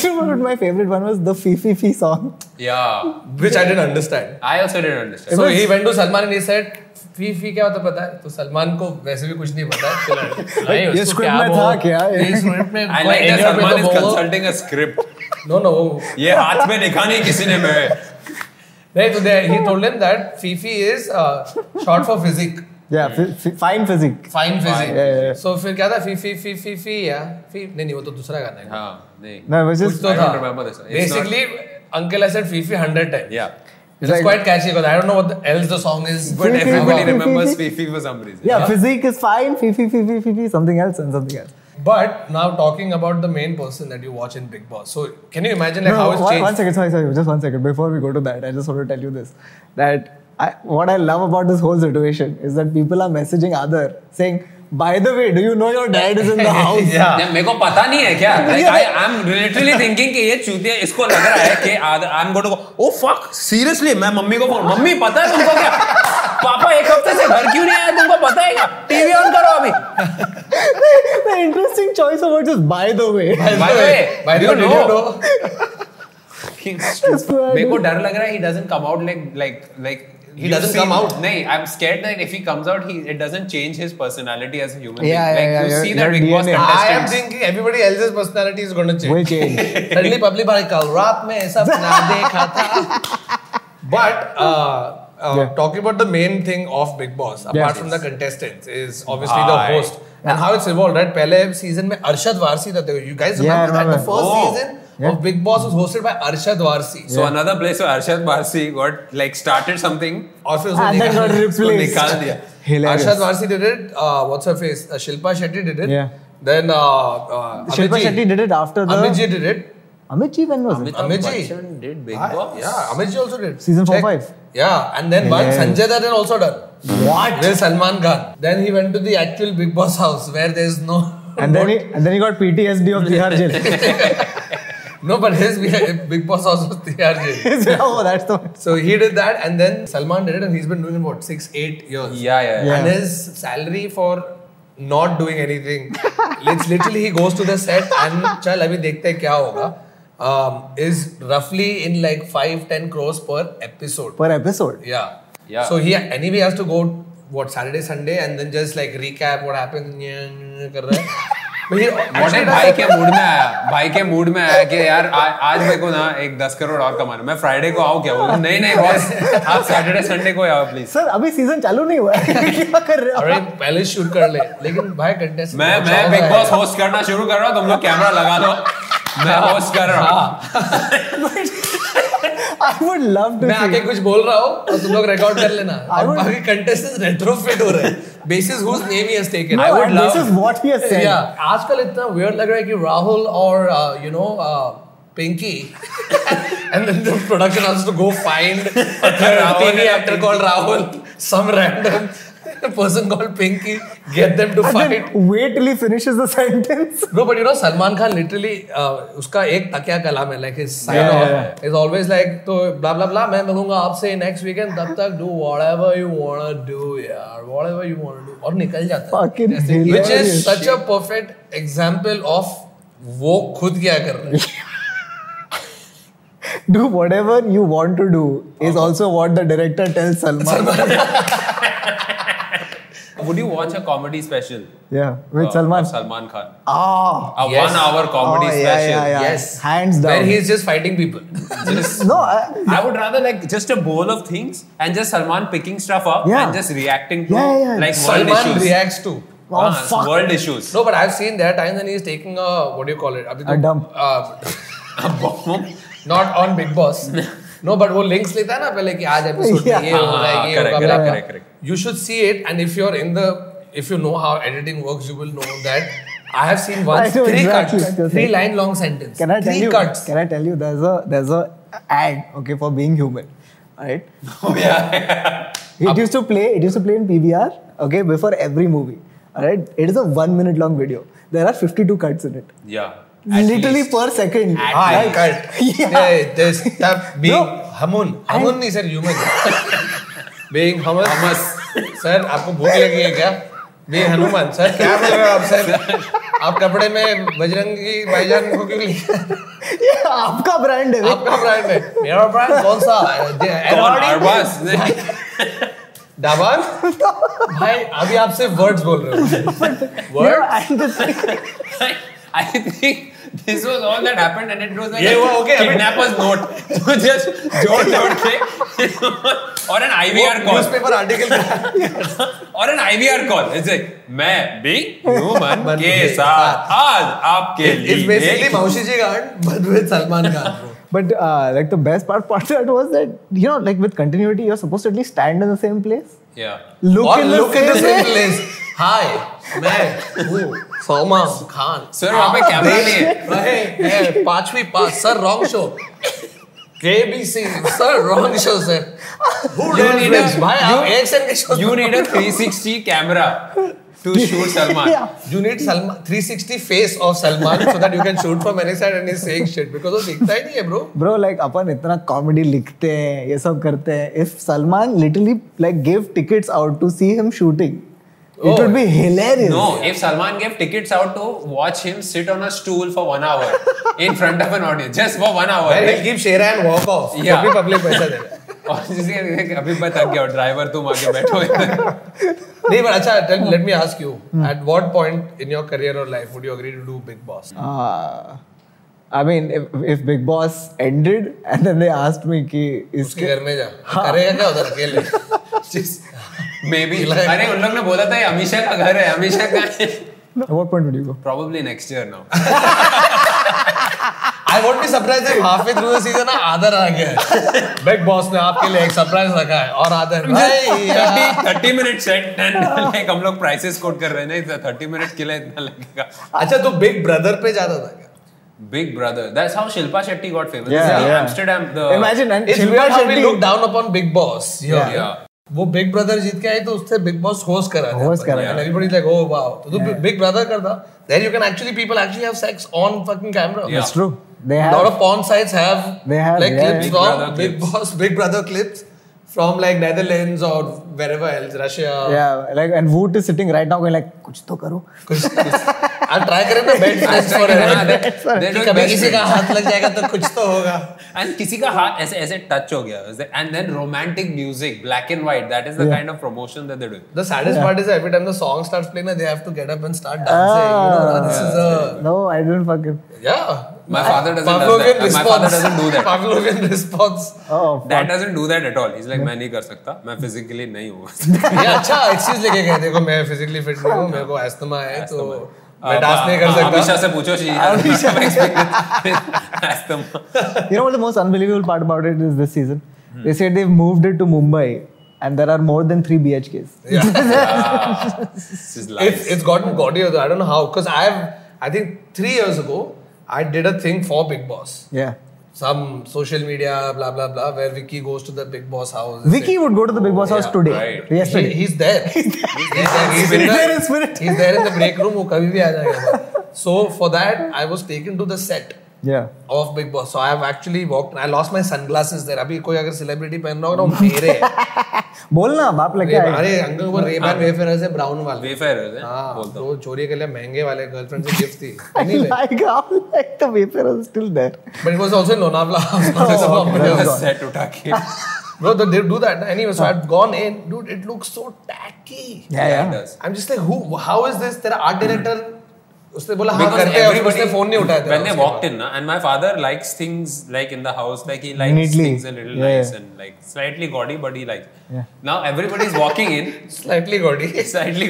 [SPEAKER 3] you know what my favorite one was the Fee Fee Fee song.
[SPEAKER 2] Yeah.
[SPEAKER 1] which I didn't understand
[SPEAKER 2] I also didn't understand.
[SPEAKER 1] So he went to Salman and he said, फी फी क्या होता है पता है तो सलमान को वैसे भी कुछ नहीं पता खिलाड़ी- खिलाड़ी,
[SPEAKER 3] ये
[SPEAKER 1] उसको
[SPEAKER 3] script में
[SPEAKER 1] बोलो?
[SPEAKER 3] था क्या?
[SPEAKER 1] ये script में
[SPEAKER 2] I like that
[SPEAKER 1] India में
[SPEAKER 2] Salman
[SPEAKER 1] तो
[SPEAKER 2] is
[SPEAKER 1] बोलो।
[SPEAKER 2] consulting a script.
[SPEAKER 1] No no.
[SPEAKER 2] ये हाथ में देखा नहीं किसी ने मैं
[SPEAKER 1] नहीं तो they- he told him that Fifi is uh, short for physique.
[SPEAKER 3] Yeah, f- f- fine physique.
[SPEAKER 1] Fine physique.
[SPEAKER 3] Yeah, yeah, yeah.
[SPEAKER 1] So फिर क्या था फी फी फी फी फी या फी नहीं नहीं वो तो दूसरा गाना है
[SPEAKER 2] हाँ नहीं
[SPEAKER 3] No, it was
[SPEAKER 1] कुछ
[SPEAKER 3] just
[SPEAKER 1] तो
[SPEAKER 2] I
[SPEAKER 1] था
[SPEAKER 2] don't remember this one. It's
[SPEAKER 1] basically uncle I said Fifi 100 time
[SPEAKER 2] Yeah.
[SPEAKER 1] It's
[SPEAKER 3] Like-
[SPEAKER 1] quite catchy because I don't know what the- else the song is
[SPEAKER 2] But
[SPEAKER 3] Fifi,
[SPEAKER 2] everybody
[SPEAKER 3] Fifi,
[SPEAKER 2] remembers
[SPEAKER 3] Fifi.
[SPEAKER 2] Fifi for some reason.
[SPEAKER 3] yeah, physique is fine. Fee Fee Fee Fee Fee Fee something else and something else.
[SPEAKER 1] But now talking about the main person that you watch in Big Boss. So can you imagine like how it's
[SPEAKER 3] one,
[SPEAKER 1] changed?
[SPEAKER 3] one second, sorry, sorry, just one second. Before we go to that, I just want to tell you this that I, what I love about this whole situation is that people are messaging other saying, "By the way, do you know your dad is in the house?"
[SPEAKER 1] Yeah.
[SPEAKER 2] नहीं, मेरे को पता नहीं है क्या like, I, I'm literally thinking कि ये चूतिया इसको लग रहा है कि आद- I'm going to go oh fuck seriously मैं मम्मी को फोन मम्मी पता है तुमको क्या पापा एक हफ्ते से घर क्यों नहीं आया तुमको पता है क्या टीवी ऑन करो अभी
[SPEAKER 3] the interesting choice of words is "by the way."
[SPEAKER 1] By the way, by the way, did you know?
[SPEAKER 2] Fucking stupid.
[SPEAKER 3] That's
[SPEAKER 2] मेरे को डर लग रहा है he doesn't come out like like like
[SPEAKER 1] He
[SPEAKER 2] you've
[SPEAKER 1] doesn't
[SPEAKER 2] seen-
[SPEAKER 1] come out?
[SPEAKER 2] नहीं I'm scared that if he comes out he it doesn't change his personality as a human being
[SPEAKER 3] Yeah, yeah,
[SPEAKER 2] like
[SPEAKER 3] yeah,
[SPEAKER 2] you
[SPEAKER 3] your-
[SPEAKER 2] see that
[SPEAKER 3] your
[SPEAKER 2] big boss
[SPEAKER 3] DNA.
[SPEAKER 1] I am
[SPEAKER 2] contestants
[SPEAKER 1] thinking everybody else's personality is gonna
[SPEAKER 3] Will
[SPEAKER 1] change.
[SPEAKER 3] change.
[SPEAKER 1] Suddenly public भाई कल रात में सपना देखा था. But uh, uh,
[SPEAKER 3] Yeah.
[SPEAKER 1] talking about the main thing of Big Boss, apart
[SPEAKER 3] Yes.
[SPEAKER 1] from the contestants, is obviously the
[SPEAKER 2] Bhai.
[SPEAKER 1] host and how it's evolved. Right, पहले season में Arshad Varsi था. You guys
[SPEAKER 3] Yeah, I
[SPEAKER 1] remember that the
[SPEAKER 3] remember.
[SPEAKER 1] first
[SPEAKER 2] Oh.
[SPEAKER 1] season of Big Boss was hosted by Arshad Varsi.
[SPEAKER 2] so another place where Arshad Barsi got like started something
[SPEAKER 1] और फिर उसको
[SPEAKER 3] And then
[SPEAKER 1] निकाल-
[SPEAKER 3] Ah, got
[SPEAKER 1] उसको
[SPEAKER 3] replaced.
[SPEAKER 1] निकाल दिया
[SPEAKER 3] Hilarious.
[SPEAKER 1] Arshad Warsi did it uh, what's her face uh, Shilpa Shetty did it
[SPEAKER 3] Yeah.
[SPEAKER 1] then uh, uh,
[SPEAKER 3] Shilpa Shetty did it after the
[SPEAKER 1] Amit ji did it
[SPEAKER 3] Amit Ji, when was it?
[SPEAKER 1] Amitabh Amit ji.
[SPEAKER 2] Bachchan did Big
[SPEAKER 1] Ah,
[SPEAKER 2] Boss.
[SPEAKER 1] yeah Amit ji also did
[SPEAKER 3] Season four,
[SPEAKER 1] Check.
[SPEAKER 3] five.
[SPEAKER 1] yeah and then one
[SPEAKER 3] Yeah.
[SPEAKER 1] Sanjay Dutt had also done what with Salman Khan then he went to the actual Big Boss house where there's no
[SPEAKER 3] And then he and then he got PTSD of Bihar jail.
[SPEAKER 1] no but his Big Boss house was TR jail
[SPEAKER 3] oh, that's the one.
[SPEAKER 1] so he did that and then Salman did it and he's been doing it what 6-8 years
[SPEAKER 2] Yeah, yeah, yeah.
[SPEAKER 3] Yeah.
[SPEAKER 1] and his salary for not doing anything it's literally he goes to the set and chal abhi dekhte hain kya hoga um, is roughly in like 5 10 crores per episode
[SPEAKER 3] Per episode.
[SPEAKER 1] yeah.
[SPEAKER 2] Yeah.
[SPEAKER 1] so he anyway has to go what saturday sunday and then just like recap what happened kar raha hai but he
[SPEAKER 2] What if भाई के mood में आया भाई के mood में आया कि यार आ, आज मेरे को ना एक दस करोड़ और कमाना है। मैं फ्राइडे को आऊँ क्या बोला नहीं नहीं बॉस आप सैटरडे संडे को ही आओ प्लीज
[SPEAKER 3] सर अभी सीजन चालू नहीं हुआ है क्या कर रहे हो
[SPEAKER 1] अरे पहले शूट कर ले लेकिन भाई कंटेस्ट
[SPEAKER 2] मैं मैं बिग बॉस होस्ट करना शुरू कर रहा हूँ तुम लोग कैमरा लगा लो मैं होस्ट कर रहा
[SPEAKER 3] हाँ।
[SPEAKER 2] हूँ
[SPEAKER 3] आई वुड लव टू
[SPEAKER 1] मैं आके कुछ बोल रहा हूँ और तुम लोग रिकॉर्ड कर लेना
[SPEAKER 3] I
[SPEAKER 1] और
[SPEAKER 3] would-
[SPEAKER 1] बाकी कंटेस्टेंट्स रेट्रोफिट हो रहे हैं basis whose name he has taken
[SPEAKER 3] No, and this is what he has said.
[SPEAKER 1] yeah आजकल इतना वियर्ड लग रहा है कि राहुल और uh, you know Pinky and then the production has to go find a
[SPEAKER 2] Rahul
[SPEAKER 1] TV
[SPEAKER 2] and
[SPEAKER 1] actor called Rahul some random person called Pinky get them to fight
[SPEAKER 3] wait till he finishes the sentence.
[SPEAKER 1] No, but you know Salman Khan literally uh, उसका एक तकिया कलाम है like his sign
[SPEAKER 3] Yeah,
[SPEAKER 1] off
[SPEAKER 3] yeah, yeah.
[SPEAKER 1] is always like तो blah blah blah मैं मिलूंगा आपसे next weekend तब तक do whatever you wanna do यार whatever you wanna do और निकल जाता है
[SPEAKER 3] Fucking
[SPEAKER 1] which is
[SPEAKER 3] hilarious.
[SPEAKER 1] such a perfect example of वो खुद क्या कर रहे हैं
[SPEAKER 3] Do whatever you want to do is also what the director tells Salman.
[SPEAKER 1] Salman
[SPEAKER 2] would you watch a comedy special?
[SPEAKER 3] Yeah, with
[SPEAKER 1] Oh,
[SPEAKER 2] uh,
[SPEAKER 3] Salman.
[SPEAKER 2] Of Salman Khan.
[SPEAKER 3] Ah,
[SPEAKER 2] A
[SPEAKER 1] Yes.
[SPEAKER 2] one-hour comedy
[SPEAKER 3] Oh, yeah,
[SPEAKER 2] special.
[SPEAKER 3] yeah, yeah.
[SPEAKER 1] Yes.
[SPEAKER 3] Hands down.
[SPEAKER 1] Where he's just fighting people.
[SPEAKER 2] Just-
[SPEAKER 3] no, I,
[SPEAKER 2] I would rather like just a bowl of things and just Salman picking stuff up
[SPEAKER 3] Yeah.
[SPEAKER 2] and just reacting to
[SPEAKER 3] Yeah, yeah, yeah.
[SPEAKER 2] like world
[SPEAKER 1] Salman
[SPEAKER 2] issues.
[SPEAKER 1] reacts to.
[SPEAKER 3] oh,
[SPEAKER 2] Ah,
[SPEAKER 3] fuck.
[SPEAKER 2] world issues.
[SPEAKER 1] No, but I've seen there are times when he's taking a what do you call it? अभी तो-
[SPEAKER 3] A dump.
[SPEAKER 1] Uh,
[SPEAKER 3] Oh,
[SPEAKER 1] not on Big Boss. No, but वो links लेता है ना पहले कि आज episode
[SPEAKER 3] Yeah.
[SPEAKER 1] में ये होगा
[SPEAKER 2] हाँ,
[SPEAKER 1] ये
[SPEAKER 2] correct,
[SPEAKER 1] होगा
[SPEAKER 2] correct,
[SPEAKER 1] blah, blah.
[SPEAKER 2] correct, correct.
[SPEAKER 1] You should see it, and if you're in the, if you know how editing works, you will know that I have seen
[SPEAKER 3] I
[SPEAKER 1] once
[SPEAKER 3] know
[SPEAKER 1] three
[SPEAKER 3] exactly what you're
[SPEAKER 1] cuts, three
[SPEAKER 3] saying.
[SPEAKER 1] line long sentence,
[SPEAKER 3] Can I tell
[SPEAKER 1] three
[SPEAKER 3] you?
[SPEAKER 1] cuts.
[SPEAKER 3] Can I tell you? There's a there's a ad okay for being human, right?
[SPEAKER 2] Oh, yeah.
[SPEAKER 3] It used to play. It used to play in PVR. Okay, before every movie. All right. It is a one minute long video. There are 52 cuts in it.
[SPEAKER 2] yeah. At
[SPEAKER 3] Literally
[SPEAKER 2] least.
[SPEAKER 3] per second.
[SPEAKER 2] At
[SPEAKER 1] Ah,
[SPEAKER 2] least.
[SPEAKER 3] right?
[SPEAKER 1] cut.
[SPEAKER 3] Yeah.
[SPEAKER 1] They, they stop being
[SPEAKER 3] No.
[SPEAKER 1] hamun. Hamun नहीं sir human. being hummus. Sir आपको भूख लगी है क्या? Being Hanuman sir क्या बोल रहे हो आप सर? आप कपड़े में बजरंगी भाईजान को क्यों लिया?
[SPEAKER 3] ये आपका ब्रांड है
[SPEAKER 1] आपका ब्रांड है मेरा ब्रांड कौन सा
[SPEAKER 2] Don
[SPEAKER 1] है
[SPEAKER 2] Arbas.
[SPEAKER 1] दाबान भाई अभी आप सिर्फ वर्ड्स बोल रहे हो
[SPEAKER 3] No, and the thing-
[SPEAKER 2] I think this was all that happened, and it was like
[SPEAKER 1] ये
[SPEAKER 2] a
[SPEAKER 1] हुआ, okay, अभी-
[SPEAKER 2] kidnapper's note. So just जोड़ जोड़ के or an IVR call
[SPEAKER 1] newspaper article
[SPEAKER 2] or an IVR call. It's like मैं भी human
[SPEAKER 1] मन
[SPEAKER 2] के
[SPEAKER 1] के
[SPEAKER 2] साथ आज आपके
[SPEAKER 1] इट्स बेसिकली
[SPEAKER 2] लिए
[SPEAKER 1] मौसी जी गांड but with Salman Khan
[SPEAKER 3] But uh, like the best part part of that was that you know like with continuity you're supposed to at least stand in the same place,
[SPEAKER 2] yeah.
[SPEAKER 3] look
[SPEAKER 1] Or
[SPEAKER 3] in the
[SPEAKER 1] look in
[SPEAKER 3] same
[SPEAKER 1] the same
[SPEAKER 3] place.
[SPEAKER 1] place. Hi, मैं हूँ Salman Khan.
[SPEAKER 2] Sir, वहाँ पे
[SPEAKER 1] आप
[SPEAKER 2] camera
[SPEAKER 1] देख
[SPEAKER 2] नहीं है।
[SPEAKER 1] रहे हैं पांचवी pass sir wrong show KBC sir wrong show sir
[SPEAKER 2] You need a-
[SPEAKER 1] भाई आप
[SPEAKER 2] you-
[SPEAKER 1] एक्शन के show
[SPEAKER 2] You need a 360 camera to shoot Salman.
[SPEAKER 3] Yeah.
[SPEAKER 1] You need Salman 360 face of Salman so that you can shoot from any side and he's saying shit because वो दिखता ही नहीं है bro.
[SPEAKER 3] Bro like अपन इतना comedy लिखते हैं ये सब करते हैं if Salman literally like give tickets out to see him shooting
[SPEAKER 1] Oh.
[SPEAKER 3] It would be hilarious
[SPEAKER 2] No, if Salman gave tickets out to watch him sit on a stool for one hour in front of an audience, just for one hour.
[SPEAKER 1] Where he'll give Shera and walk off.
[SPEAKER 2] Yeah.
[SPEAKER 1] तभी public पैसा देगा.
[SPEAKER 2] और जिसे अभी मैं थक गया driver तुम आगे बैठो इधर
[SPEAKER 1] नहीं but अच्छा tell, let me ask you at what point in your career or life would you agree to do Big Boss?
[SPEAKER 3] Uh, I mean if big boss ended and then they asked me कि
[SPEAKER 1] उसके
[SPEAKER 3] इसके
[SPEAKER 1] घर में जा करेगा क्या उधर अकेले
[SPEAKER 2] मे बी अरे उन लोग ने बोला था ये अमीशा का घर है अमीशा का
[SPEAKER 3] what point would you go
[SPEAKER 2] probably next year now
[SPEAKER 1] I won't be surprise if halfway through the season आदर आ गया है बिग बॉस ने आपके लिए एक सरप्राइज रखा है और आदर भाई यार।
[SPEAKER 2] 30 30 मिनट सेट एंड लाइक हम लोग प्राइसेस कोट कर रहे हैं ना इतना 30 मिनट के लिए इतना लगेगा
[SPEAKER 1] अच्छा तो बिग ब्रदर पे जाता था क्या
[SPEAKER 2] big brother that's how Shilpa Shetty got famous
[SPEAKER 3] Yeah, yeah.
[SPEAKER 2] Amsterdam the
[SPEAKER 3] imagine and
[SPEAKER 1] it's
[SPEAKER 3] Shilpa
[SPEAKER 1] where how we
[SPEAKER 3] Shetty
[SPEAKER 1] look down upon big boss
[SPEAKER 3] Yeah.
[SPEAKER 1] वो बिग ब्रदर जीत के आई तो उससे बिग बॉस होस्ट करा था
[SPEAKER 3] Host करा था।
[SPEAKER 1] And everybody like oh wow तो तू बिग ब्रदर करता then you can actually people actually have sex on fucking camera
[SPEAKER 2] Yeah.
[SPEAKER 3] It's true they
[SPEAKER 1] lot
[SPEAKER 3] have
[SPEAKER 1] of porn sites have,
[SPEAKER 3] They have,
[SPEAKER 1] like
[SPEAKER 3] yeah.
[SPEAKER 1] clips
[SPEAKER 3] Big
[SPEAKER 1] from
[SPEAKER 2] Brother
[SPEAKER 1] Big Boss, Big Brother clips from like Netherlands or wherever else, Russia.
[SPEAKER 3] yeah like and Woot is sitting right now going like कुछ तो करो
[SPEAKER 1] कुछ I'll try करें मैं bed friends for कि कभी किसी का हाथ लग जाएगा तो कुछ तो होगा
[SPEAKER 2] एंड किसी का हाथ ऐसे ऐसे टच हो गया and then romantic music black and white that is the
[SPEAKER 3] Yeah.
[SPEAKER 2] Kind of promotion that they do
[SPEAKER 1] The saddest part is every time the song starts playing, they have to get up and start dancing. you know,
[SPEAKER 3] Ah.
[SPEAKER 1] this is a
[SPEAKER 3] no I didn't fucking
[SPEAKER 1] yeah.
[SPEAKER 2] My father doesn't does
[SPEAKER 1] Pavlovian
[SPEAKER 2] that. My
[SPEAKER 1] response.
[SPEAKER 2] father doesn't do that.
[SPEAKER 1] Pavlovian response.
[SPEAKER 3] oh
[SPEAKER 2] that doesn't do that at all is like मैं नहीं कर सकता मैं physically नहीं हूं
[SPEAKER 1] ये अच्छा excuse लेके गए देखो मैं फिजिकली फिट नहीं हूँ मेरे को एस्थमा है uh, तो मैं
[SPEAKER 2] आप-
[SPEAKER 1] डांस नहीं कर
[SPEAKER 2] आप-
[SPEAKER 1] सकता
[SPEAKER 2] अमीशा से पूछो she has some experience with asthma.
[SPEAKER 3] you know what the most unbelievable part about it is this season? They said they've moved it to Mumbai and there are more than three BHKs.
[SPEAKER 2] This is
[SPEAKER 1] it's,
[SPEAKER 2] life.
[SPEAKER 1] it's gotten gaudier though. I don't know how. Because I've, I think three years ago, I did a thing for Big Boss.
[SPEAKER 3] Yeah.
[SPEAKER 1] Some social media, blah, blah, blah, where Vicky goes to the Big Boss house. and
[SPEAKER 3] Vicky
[SPEAKER 1] say-
[SPEAKER 3] would go to the Big Boss house
[SPEAKER 2] yeah,
[SPEAKER 3] today.
[SPEAKER 2] right.
[SPEAKER 1] he,
[SPEAKER 3] Yesterday.
[SPEAKER 1] he's there. He's there. He's
[SPEAKER 3] Spirit
[SPEAKER 1] in
[SPEAKER 3] there
[SPEAKER 1] the-
[SPEAKER 3] in spirit.
[SPEAKER 1] He's there in the break room. वो कभी भी आ जाएगा. So for that, I was taken to the set.
[SPEAKER 3] yeah.
[SPEAKER 1] Of Big Boss, so I have actually walked. I lost my sunglasses there. अभी कोई अगर celebrity पहन रहा हो ना वो मेरे हैं.
[SPEAKER 3] बोलना बाप लगे
[SPEAKER 1] Ray- अरे अंकल
[SPEAKER 3] हाँ।
[SPEAKER 1] वो रेबन वेफर से ब्राउन वाले
[SPEAKER 2] Wayfarers हैं,
[SPEAKER 1] हाँ
[SPEAKER 2] बोलता हूँ.
[SPEAKER 1] वो चोरी के लिए महंगे वाले गर्लफ्रेंड से गिफ्ट थी
[SPEAKER 3] I
[SPEAKER 1] Anyway.
[SPEAKER 3] like how like the wafer is still there.
[SPEAKER 1] But it was also in Lonavala.
[SPEAKER 3] Oh, okay, that's
[SPEAKER 2] Set उठा के.
[SPEAKER 1] Bro, they they do that. Anyway, so I've gone in. Dude, it looks so tacky.
[SPEAKER 3] Yeah,
[SPEAKER 2] it
[SPEAKER 3] yeah.
[SPEAKER 2] does.
[SPEAKER 1] I'm just like, who? How is this? तेरा art director उसने बोला हाँ
[SPEAKER 2] Because
[SPEAKER 1] करते हैं उसने
[SPEAKER 2] everybody-
[SPEAKER 1] phone नहीं उठाया तेरा
[SPEAKER 2] When they
[SPEAKER 1] उसके
[SPEAKER 2] walked in, na, and my father likes things like in the house, like he likes
[SPEAKER 3] Neatly.
[SPEAKER 2] things a little
[SPEAKER 3] Yeah,
[SPEAKER 2] nice
[SPEAKER 3] yeah.
[SPEAKER 2] and like slightly gaudy, but he likes.
[SPEAKER 3] Yeah.
[SPEAKER 2] Now everybody's walking in,
[SPEAKER 1] बाद. Slightly gaudy.
[SPEAKER 2] slightly.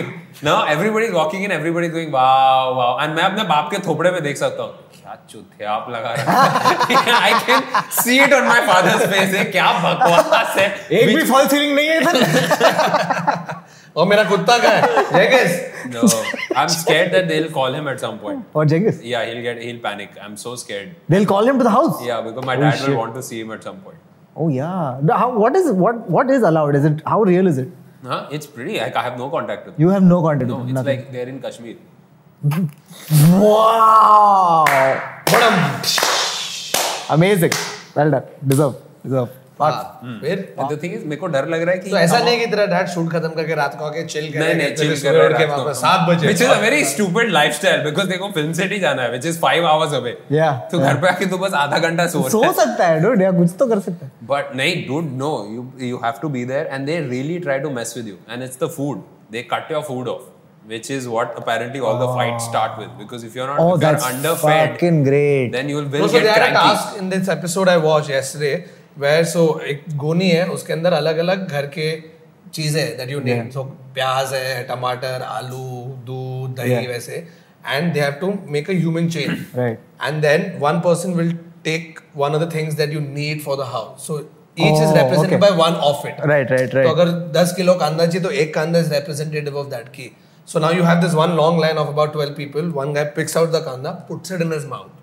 [SPEAKER 2] Now everybody's walking in, everybody's going wow wow, and मैं अपने बाप के थोपड़े में देख सकता हूँ क्या चुथे आप लगा रहे हो?" I can see it on my father's face. "ये क्या बकवास है
[SPEAKER 3] एक भी फॉल सीलिंग नहीं है इधर
[SPEAKER 1] और मेरा कुत्ता का है जेगस
[SPEAKER 2] No, I'm scared that they'll call him at some point.
[SPEAKER 3] और जेंगिस
[SPEAKER 2] Yeah, he'll get he'll panic. I'm so scared.
[SPEAKER 3] Oh, they'll call him to the house
[SPEAKER 2] Yeah, because my
[SPEAKER 3] Oh,
[SPEAKER 2] dad will
[SPEAKER 3] shit.
[SPEAKER 2] want to see him at some point.
[SPEAKER 3] oh yeah No, how, what is what what is allowed is it how real is it
[SPEAKER 2] Huh? It's pretty. I, I have no contact with them.
[SPEAKER 3] you have no contact
[SPEAKER 2] No,
[SPEAKER 3] with
[SPEAKER 2] it's
[SPEAKER 3] him, nothing
[SPEAKER 2] like they're in Kashmir.
[SPEAKER 3] wow
[SPEAKER 1] बड़म
[SPEAKER 3] amazing well done deserve deserve
[SPEAKER 2] Ah.
[SPEAKER 1] फिर
[SPEAKER 2] The thing is, मेरे को डर लग रहा है कि
[SPEAKER 1] तो ऐसा नहीं कि तेरा डैड शूट खत्म करके रात को आके चिल कर
[SPEAKER 2] नहीं नहीं
[SPEAKER 1] फिर
[SPEAKER 2] chill कर
[SPEAKER 1] सुबह
[SPEAKER 2] रहा
[SPEAKER 1] उठ
[SPEAKER 2] है
[SPEAKER 1] के
[SPEAKER 2] रात को।
[SPEAKER 1] वापस सात बजे
[SPEAKER 2] Which is a very stupid lifestyle because देखो film city जाना है, which is five hours away.
[SPEAKER 3] Yeah,
[SPEAKER 2] तो
[SPEAKER 3] yeah.
[SPEAKER 2] घर पे आके तू बस आधा घंटा सो
[SPEAKER 3] सो
[SPEAKER 2] रहा है.
[SPEAKER 3] सकता है डूड या कुछ तो कर सकता है
[SPEAKER 2] But नहीं, dude, no. You you have to be there, and they really try to mess with you. And it's the food. They cut your food off, which is what apparently all the fights
[SPEAKER 1] Oh.
[SPEAKER 2] start with. Because if you're not,
[SPEAKER 3] oh
[SPEAKER 2] if you're
[SPEAKER 3] that's
[SPEAKER 2] underfed,
[SPEAKER 3] fucking great
[SPEAKER 2] then you will
[SPEAKER 1] Bro,
[SPEAKER 2] will
[SPEAKER 1] so they
[SPEAKER 2] get
[SPEAKER 1] had a
[SPEAKER 2] cranky.
[SPEAKER 1] task in this episode I watched yesterday where so एक गोनी है उसके अंदर अलग अलग घर के चीजें that you need so प्याज है टमाटर आलू दूध दही
[SPEAKER 3] Yeah.
[SPEAKER 1] वैसे and they have to make a human chain
[SPEAKER 3] right
[SPEAKER 1] and then one person will take one of the things that you need for the house so each is
[SPEAKER 3] Oh,
[SPEAKER 1] represented
[SPEAKER 3] okay.
[SPEAKER 1] by one of it
[SPEAKER 3] right right
[SPEAKER 1] तो
[SPEAKER 3] right
[SPEAKER 1] अगर 10 kilo कांदा चाहिए तो एक कांदा is representative of that की so now you have this one long line of about 12 people one guy picks out the कांदा puts it in his mouth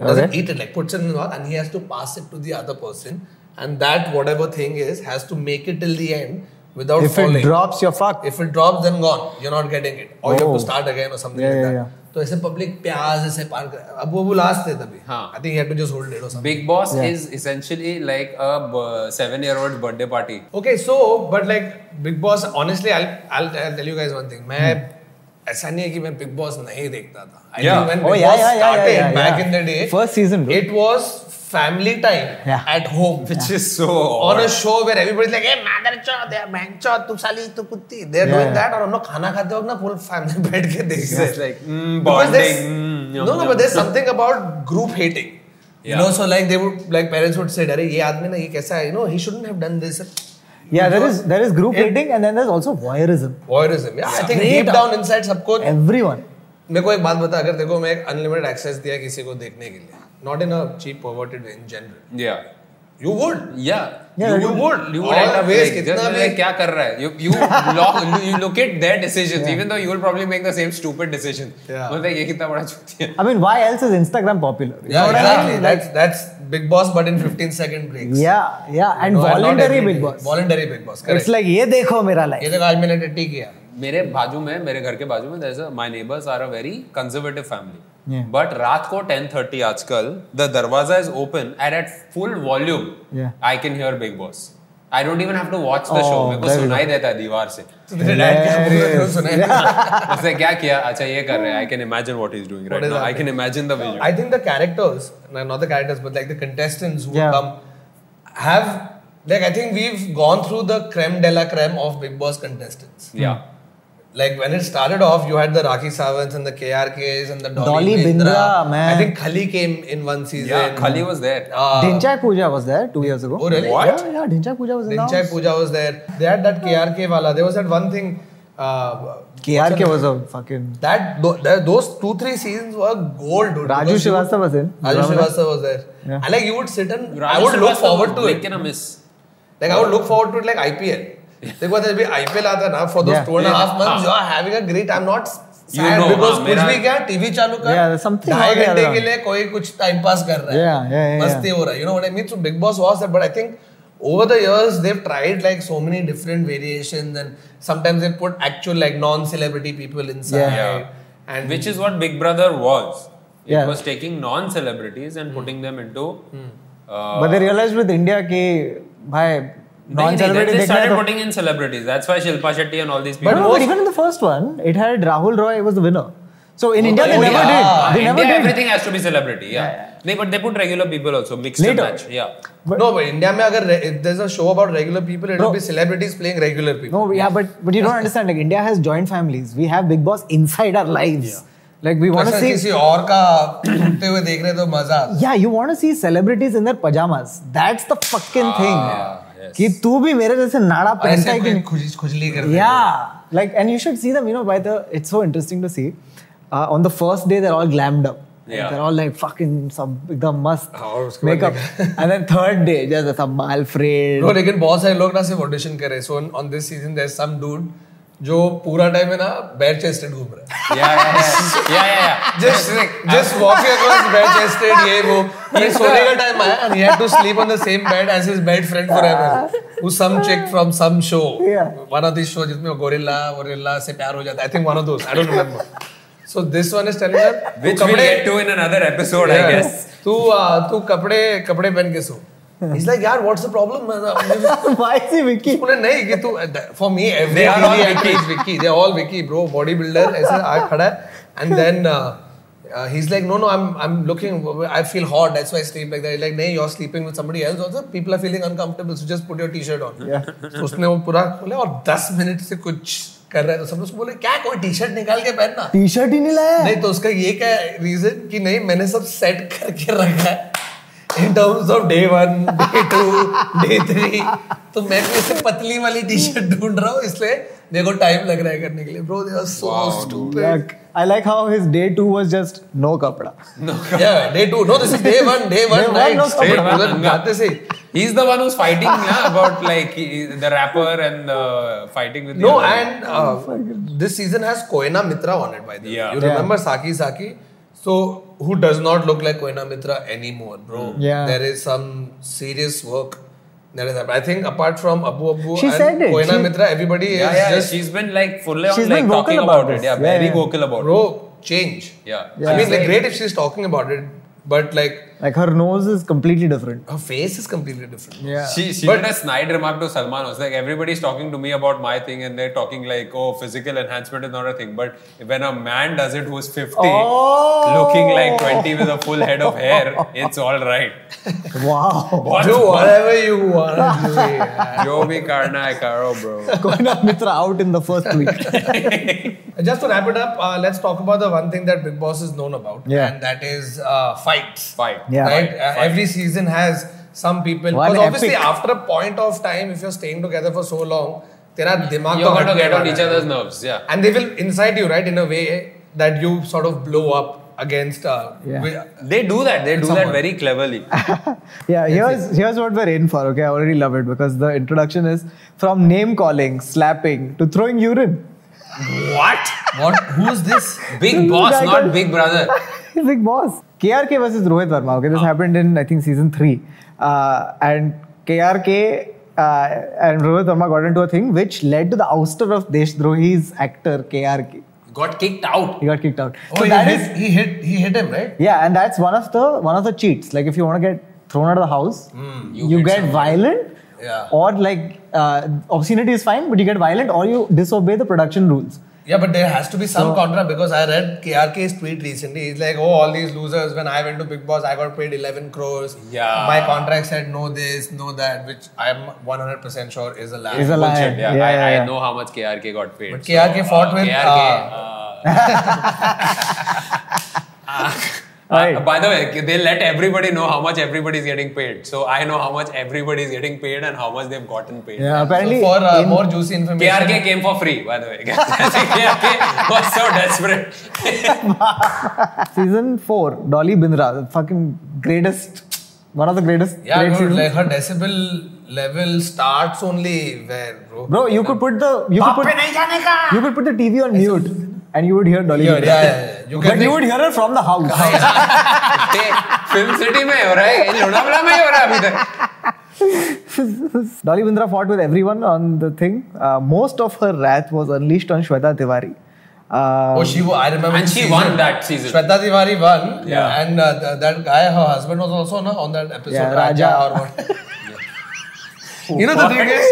[SPEAKER 1] doesn't
[SPEAKER 3] Okay.
[SPEAKER 1] Eat it like puts it in mouth and he has to pass it to the other person and that whatever thing is has to make it till the end without
[SPEAKER 3] if it drops you're fucked
[SPEAKER 1] if it drops then gone you're not getting it or you have
[SPEAKER 3] Oh.
[SPEAKER 1] to start again or something
[SPEAKER 3] Yeah,
[SPEAKER 1] like
[SPEAKER 3] yeah,
[SPEAKER 1] that
[SPEAKER 3] yeah.
[SPEAKER 1] तो ऐसे public प्याज ऐसे पार कर अब वो वो last थे तभी
[SPEAKER 2] हाँ.
[SPEAKER 1] I think you had to just hold it और something
[SPEAKER 2] Big Boss
[SPEAKER 3] Yeah.
[SPEAKER 2] is essentially like a seven-year-old birthday party.
[SPEAKER 1] Okay, so but like Big Boss, honestly, I'll I'll, I'll tell you guys one thing. मैं ऐसा नहीं है कि मैं Big Boss नहीं देखता था I
[SPEAKER 2] Yeah.
[SPEAKER 1] Think when
[SPEAKER 3] Oh,
[SPEAKER 1] Big
[SPEAKER 3] yeah,
[SPEAKER 1] Boss
[SPEAKER 3] yeah, yeah, yeah,
[SPEAKER 1] started
[SPEAKER 3] yeah,
[SPEAKER 1] back
[SPEAKER 3] yeah.
[SPEAKER 1] In the day
[SPEAKER 3] First season, dude.
[SPEAKER 1] It was family time
[SPEAKER 3] Yeah.
[SPEAKER 1] At home
[SPEAKER 2] Which is so
[SPEAKER 1] on
[SPEAKER 2] odd.
[SPEAKER 1] a show where everybody's like hey motherchod yeah manchod tu sali tu kutti they're
[SPEAKER 3] Yeah,
[SPEAKER 1] doing
[SPEAKER 3] yeah.
[SPEAKER 1] that और हम लोग खाना खाते वक्त ना full family बैठ के देख
[SPEAKER 2] It's
[SPEAKER 1] रहे
[SPEAKER 2] just
[SPEAKER 1] थे
[SPEAKER 2] like mm,
[SPEAKER 1] Because
[SPEAKER 2] bonding.
[SPEAKER 1] there's-
[SPEAKER 2] mm,
[SPEAKER 1] no
[SPEAKER 2] yum,
[SPEAKER 1] no
[SPEAKER 2] yum.
[SPEAKER 1] but there's something about group hating you
[SPEAKER 2] Yeah.
[SPEAKER 1] know so like they would like parents would say अरे ये आदमी ना ये कैसा है you know he shouldn't have done this
[SPEAKER 3] yeah there is there is group
[SPEAKER 1] It-
[SPEAKER 3] dating and then there's also voyeurism
[SPEAKER 1] voyeurism yeah, I think
[SPEAKER 3] Straight
[SPEAKER 1] deep
[SPEAKER 3] up.
[SPEAKER 1] down inside सबको
[SPEAKER 3] everyone
[SPEAKER 1] मेरे को एक बात बता अगर देखो मैं एक अनलिमिटेड एक्सेस दिया किसी को देखने के लिए not in a cheap perverted in general
[SPEAKER 2] Yeah.
[SPEAKER 1] You would
[SPEAKER 2] Yeah.
[SPEAKER 3] Yeah,
[SPEAKER 2] you,
[SPEAKER 3] you
[SPEAKER 2] would. You would
[SPEAKER 1] All
[SPEAKER 2] end up
[SPEAKER 1] ways
[SPEAKER 2] like,
[SPEAKER 1] कितना
[SPEAKER 2] just
[SPEAKER 1] भी-
[SPEAKER 2] like, क्या कर रहा है? You, you, lo- you look at their decisions, even though you will probably make the same stupid decision.
[SPEAKER 1] Yeah.
[SPEAKER 2] मतलब ये कितना बड़ा चूतिया है.
[SPEAKER 3] i mean why else is instagram popular You know
[SPEAKER 1] yeah
[SPEAKER 3] what I mean?
[SPEAKER 1] exactly
[SPEAKER 3] Like,
[SPEAKER 1] that's that's big boss but in 15 second breaks
[SPEAKER 3] yeah yeah and
[SPEAKER 1] No, not
[SPEAKER 3] voluntary
[SPEAKER 1] every
[SPEAKER 3] big
[SPEAKER 1] day.
[SPEAKER 3] boss
[SPEAKER 1] Voluntary big boss.
[SPEAKER 3] it's
[SPEAKER 1] Correct.
[SPEAKER 3] like ye dekho mera life
[SPEAKER 1] ये देखो आज मैंने टट्टी किया
[SPEAKER 2] मेरे बाजू में मेरे घर के बाजू में there's a- my neighbors are a very conservative family
[SPEAKER 3] Yeah.
[SPEAKER 2] but रात को 10:30 आजकल the दरवाजा is open and at full volume
[SPEAKER 3] Yeah.
[SPEAKER 2] I can hear Big Boss I don't even have to watch the
[SPEAKER 3] Oh,
[SPEAKER 2] show मेरे को
[SPEAKER 3] there you
[SPEAKER 2] सुनाई देता है दीवार से
[SPEAKER 1] तो तेरे डैड क्या बोल रहे थे सुना है
[SPEAKER 2] उसने क्या किया अच्छा ये कर रहे हैं I can imagine what he's doing right
[SPEAKER 1] is
[SPEAKER 2] now I
[SPEAKER 1] happening?
[SPEAKER 2] can imagine the visual
[SPEAKER 1] I think the characters, no, not the characters, but like the contestants who
[SPEAKER 3] Yeah.
[SPEAKER 1] come have like I think we've gone through the creme de la creme of Big Boss contestants.
[SPEAKER 2] yeah
[SPEAKER 1] Like when it started off, you had the Rakhi Sawants and the KRKs and the Dolly,
[SPEAKER 3] Dolly Bindra, man.
[SPEAKER 1] I think Khali came in one season.
[SPEAKER 2] yeah Khali was there
[SPEAKER 1] Uh,
[SPEAKER 3] Dinchak Puja was there two years ago.
[SPEAKER 1] Oh, really?
[SPEAKER 2] What?
[SPEAKER 3] Yeah, yeah. Dinchak Puja was in the
[SPEAKER 1] Dinchai
[SPEAKER 3] house.
[SPEAKER 1] Pooja was there. They had that KRK wala. There was that one thing. Uh,
[SPEAKER 3] KRK was a fucking.
[SPEAKER 1] That, tho- that those two three seasons were gold, dude.
[SPEAKER 3] Raju
[SPEAKER 1] Because you would-
[SPEAKER 3] Srivastav was in.
[SPEAKER 1] Raju Srivastav was there.
[SPEAKER 3] Yeah.
[SPEAKER 1] And like you would sit and
[SPEAKER 2] Raju
[SPEAKER 1] I would look
[SPEAKER 2] Srivastava
[SPEAKER 1] forward to
[SPEAKER 2] was
[SPEAKER 1] it.
[SPEAKER 2] making a miss
[SPEAKER 1] Like I would look forward to it like IPL. Like when there'll be IPL आता ना for those
[SPEAKER 3] Yeah.
[SPEAKER 1] two and a
[SPEAKER 2] Yeah. हाँ.
[SPEAKER 1] half months you are having a great. I'm not sad
[SPEAKER 2] You know,
[SPEAKER 1] because
[SPEAKER 2] हाँ,
[SPEAKER 1] कुछ
[SPEAKER 2] मेरा-
[SPEAKER 1] भी क्या TV चालू कर
[SPEAKER 3] Yeah, something
[SPEAKER 1] ढाई
[SPEAKER 3] or the
[SPEAKER 1] घंटे
[SPEAKER 3] other.
[SPEAKER 1] के लिए कोई कुछ टाइम पास कर रहा है
[SPEAKER 3] Yeah, yeah, yeah,
[SPEAKER 1] मस्ती हो रहा है you know what I mean so Big Boss was that but I think Over the years, they've tried like so many different variations, and sometimes they put actual like non-celebrity people inside.
[SPEAKER 3] Yeah.
[SPEAKER 1] Yeah. And
[SPEAKER 2] which is what Big Brother was. It
[SPEAKER 3] Yeah. Hmm.
[SPEAKER 2] was taking non-celebrities and putting them into. Uh,
[SPEAKER 3] But they realized with India कि भाई
[SPEAKER 2] non
[SPEAKER 3] non celebrity
[SPEAKER 2] They
[SPEAKER 3] देखना
[SPEAKER 2] started
[SPEAKER 3] है तो-
[SPEAKER 2] putting in celebrities. That's why Shilpa Shetty and all these people.
[SPEAKER 3] But no, but even in the first one, it had Rahul Roy was the winner. So in India, they
[SPEAKER 2] Oh,
[SPEAKER 3] never
[SPEAKER 2] yeah.
[SPEAKER 3] did. They
[SPEAKER 2] India,
[SPEAKER 3] never did.
[SPEAKER 2] everything has to be celebrity. Yeah. They, but they put regular people also mixed
[SPEAKER 3] Later.
[SPEAKER 2] and match. Yeah.
[SPEAKER 3] But-
[SPEAKER 1] no, but India में अगर re- if there's a show about regular people, it
[SPEAKER 3] Bro.
[SPEAKER 1] will be celebrities playing regular people.
[SPEAKER 3] No, yeah, but but you don't understand. Like India has joint families. We have Big Boss inside our lives. Like we want to
[SPEAKER 1] ऐसा
[SPEAKER 3] see.
[SPEAKER 1] अच्छा, किसी और का टूटते हुए देख रहे तो मजा आता
[SPEAKER 3] Yeah, you want to see celebrities in their pajamas. That's the fucking thing. कि तू भी मेरे जैसे नाड़ा
[SPEAKER 1] है। ऐसे
[SPEAKER 3] पहनता है कि
[SPEAKER 1] कोई
[SPEAKER 3] नहीं?
[SPEAKER 1] खुजली खुजली कर
[SPEAKER 3] Yeah, like and you should see them. You know, by the it's so interesting to see. Uh, on the first day, they're all glammed up.
[SPEAKER 2] Yeah.
[SPEAKER 3] They're all like fucking some एकदम मस्त
[SPEAKER 1] और उसके बाद
[SPEAKER 3] makeup. and then third day, just some Alfred.
[SPEAKER 1] Bro लेकिन बहुत सारे लोग ना सिर्फ ऑडिशन कर रहे so on this season there some dude जो पूरा टाइम है ना बेयर चेस्टेड घूम रहा है
[SPEAKER 2] Yeah, yeah, yeah. yeah, yeah, yeah.
[SPEAKER 1] Just just walking across bare chested ये वो ये सोने का टाइम आया and he had to sleep on the same bed as his bed friend forever who some chick from some show
[SPEAKER 3] Yeah.
[SPEAKER 1] One of this show जिसमें gorilla gorilla से प्यार हो जाता है I think one of those I don't remember so this one is telling her
[SPEAKER 2] Which we'll get to in another episode, I guess.
[SPEAKER 1] तू आ, तू कपड़े कपड़े पहन के सो
[SPEAKER 3] Hmm.
[SPEAKER 1] इज लाइक यार what's the problem
[SPEAKER 3] Why is he Vicky?
[SPEAKER 1] बोले नहीं तो, uh, कि तू for me every
[SPEAKER 2] They are all
[SPEAKER 1] Vicky is Vicky they all Vicky bro body builder ऐसे आ खड़ा है uh, and then he is like no no I am I am looking I feel hot that's why sleep like that like नहीं you are sleeping with somebody else also people are feeling uncomfortable so just put your t-shirt on उसने वो पूरा खोला और 10 minute से कुछ कर रहा है तो सब लोग उसको बोले क्या कोई टी-शर्ट निकाल के पहनना
[SPEAKER 3] टी शर्ट ही नहीं लाया है?
[SPEAKER 1] नहीं तो उसका ये क्या रीजन कि नहीं मैंने सब सेट करके रखा है in terms of day one day two day three तो मैं भी ऐसे पतली वाली टी शर्ट ढूंढ रहा हूँ इसलिए देखो टाइम लग रहा है करने के लिए bro they are so stupid
[SPEAKER 3] Like, I like how his day two was just no kapda.
[SPEAKER 1] या day two no this is day one day
[SPEAKER 3] Day
[SPEAKER 1] one
[SPEAKER 3] one,
[SPEAKER 1] night
[SPEAKER 3] no,
[SPEAKER 1] day
[SPEAKER 2] Day one,
[SPEAKER 1] one
[SPEAKER 2] no.
[SPEAKER 1] गाते से
[SPEAKER 2] He's the one who's fighting yeah, about like he- the rapper and the fighting with
[SPEAKER 1] No,
[SPEAKER 2] the other.
[SPEAKER 1] and uh, this season has Koena Mitra on it, by the way.
[SPEAKER 2] Yeah.
[SPEAKER 1] You
[SPEAKER 3] Oh Yeah.
[SPEAKER 1] remember Saki Saki? So, who does not look like Koena Mitra anymore,
[SPEAKER 2] Mm.
[SPEAKER 1] bro?
[SPEAKER 3] Yeah.
[SPEAKER 1] There is some serious work that is happening. I think apart from Abu Abu
[SPEAKER 3] She
[SPEAKER 1] and
[SPEAKER 3] said it.
[SPEAKER 1] Koena
[SPEAKER 3] She-
[SPEAKER 1] Mitra, everybody
[SPEAKER 2] yeah,
[SPEAKER 1] is
[SPEAKER 2] yeah,
[SPEAKER 1] just,
[SPEAKER 2] she's been like full on
[SPEAKER 3] She's
[SPEAKER 2] like
[SPEAKER 3] been vocal
[SPEAKER 2] talking
[SPEAKER 3] about
[SPEAKER 2] about, it.
[SPEAKER 3] this.
[SPEAKER 2] Yeah,
[SPEAKER 3] Yeah,
[SPEAKER 2] very
[SPEAKER 3] yeah.
[SPEAKER 2] vocal about it.
[SPEAKER 1] bro, change. I
[SPEAKER 2] Yeah.
[SPEAKER 3] Yeah.
[SPEAKER 1] mean, like, great if she's talking about it, but like,
[SPEAKER 3] Like her nose is completely different.
[SPEAKER 1] her face is completely different.
[SPEAKER 3] Yeah.
[SPEAKER 2] She, she did a snide remark to Salman. It was like, everybody's talking to me about my thing, and they're talking like, oh, physical enhancement is not a thing. But when a man does it who's 50,
[SPEAKER 3] Oh.
[SPEAKER 2] looking like 20 with a full head of hair, it's all right.
[SPEAKER 3] wow.
[SPEAKER 2] What?
[SPEAKER 1] Do whatever you want to do. yeah.
[SPEAKER 2] Jo bhi karna hai karo, bro.
[SPEAKER 3] Koina Mitra out in the first week.
[SPEAKER 1] Just to wrap it up, uh, let's talk about the one thing that Big Boss is known about,
[SPEAKER 3] Yeah.
[SPEAKER 1] and that is uh, fights.
[SPEAKER 2] Fight.
[SPEAKER 3] Yeah.
[SPEAKER 1] right?
[SPEAKER 2] Fight,
[SPEAKER 1] Uh,
[SPEAKER 2] fight.
[SPEAKER 1] every season has some people.
[SPEAKER 3] One
[SPEAKER 1] Because obviously,
[SPEAKER 3] epic.
[SPEAKER 1] after a point of time, if you're staying together for so long, तेरा दिमाग
[SPEAKER 2] You're
[SPEAKER 1] तो
[SPEAKER 2] going to
[SPEAKER 1] हटने
[SPEAKER 2] get on
[SPEAKER 1] वाला
[SPEAKER 2] each
[SPEAKER 1] है.
[SPEAKER 2] other's nerves. Yeah.
[SPEAKER 1] And they will incite you, right, in a way that you sort of blow up against. Uh,
[SPEAKER 3] Yeah.
[SPEAKER 1] wi-
[SPEAKER 2] They do that. They do that
[SPEAKER 1] Someone.
[SPEAKER 2] very cleverly.
[SPEAKER 3] yeah, here's here's what we're in for. Okay, I already love it because the introduction is from name calling, slapping to throwing urine.
[SPEAKER 2] what?
[SPEAKER 1] what? Who is this?
[SPEAKER 2] Big boss, not big brother.
[SPEAKER 3] Big boss. KRK versus Rohit Verma. Okay, this
[SPEAKER 1] Ah.
[SPEAKER 3] happened in I think season three, uh, and KRK. Uh, and Rohit Verma got into a thing which led to the ouster of Deshdrohi's actor KRK.
[SPEAKER 2] Got kicked out.
[SPEAKER 3] He got kicked out.
[SPEAKER 1] Oh,
[SPEAKER 3] so
[SPEAKER 1] he,
[SPEAKER 3] that
[SPEAKER 1] hit,
[SPEAKER 3] is
[SPEAKER 1] he hit. He hit him, right?
[SPEAKER 3] yeah, and that's one of the one of the cheats. Like if you want to get thrown out of the house,
[SPEAKER 2] you
[SPEAKER 1] Hmm,
[SPEAKER 3] you,
[SPEAKER 2] hit
[SPEAKER 3] get violent,
[SPEAKER 1] Yeah.
[SPEAKER 3] or like uh, obscenity is fine, but you get violent or you disobey the production rules.
[SPEAKER 1] Yeah, but there has to be some contra because I read KRK's tweet recently. He's like, oh, all these losers, when I went to Big Boss, I got paid 11 crores.
[SPEAKER 2] Yeah.
[SPEAKER 1] My contract said no this, no that, which I'm 100% sure is a lie.
[SPEAKER 3] Is a lie.
[SPEAKER 2] Bullshit, yeah.
[SPEAKER 3] Yeah,
[SPEAKER 2] I,
[SPEAKER 3] yeah,
[SPEAKER 2] I
[SPEAKER 3] yeah.
[SPEAKER 2] know how much KRK got paid. uh,
[SPEAKER 1] But KRK fought with,
[SPEAKER 2] KRK, uh,
[SPEAKER 3] Right.
[SPEAKER 2] uh, by the way, they let everybody know how much everybody is getting paid. So I know how much everybody is getting paid and how much they've gotten paid.
[SPEAKER 3] Yeah, apparently.
[SPEAKER 1] so for uh,
[SPEAKER 3] in-
[SPEAKER 1] more juicy information,
[SPEAKER 2] KRK came for free, by the way. KRK was so desperate.
[SPEAKER 3] season four, Dolly Bindra, the fucking greatest, one of the greatest.
[SPEAKER 1] yeah,
[SPEAKER 3] great
[SPEAKER 1] dude,
[SPEAKER 3] seasons.
[SPEAKER 1] like her decibel level starts only where, bro.
[SPEAKER 3] Bro, you could put the you could put, you could put the TV on mute and you would hear Dolly
[SPEAKER 1] Yeah,
[SPEAKER 3] Bindra.
[SPEAKER 1] yeah, yeah, yeah. You
[SPEAKER 3] but
[SPEAKER 1] can
[SPEAKER 3] you would hear her from the house.
[SPEAKER 2] Hey, film city में हो रहा है ये लोनावला में ही हो रहा है अभी तक
[SPEAKER 3] Dolly Bindra fought with everyone on the thing. Uh, most of her wrath was unleashed on Shweta Tiwari. Uh,
[SPEAKER 1] Oh, she. wa- I remember.
[SPEAKER 2] Um, And
[SPEAKER 1] this
[SPEAKER 2] she
[SPEAKER 1] season.
[SPEAKER 2] won that season.
[SPEAKER 1] Shweta Tiwari won.
[SPEAKER 2] Yeah.
[SPEAKER 1] And uh, th- that guy, her husband was also no, on that episode.
[SPEAKER 3] Yeah,
[SPEAKER 1] Raja,
[SPEAKER 3] Raja.
[SPEAKER 1] or what? you know the thing is,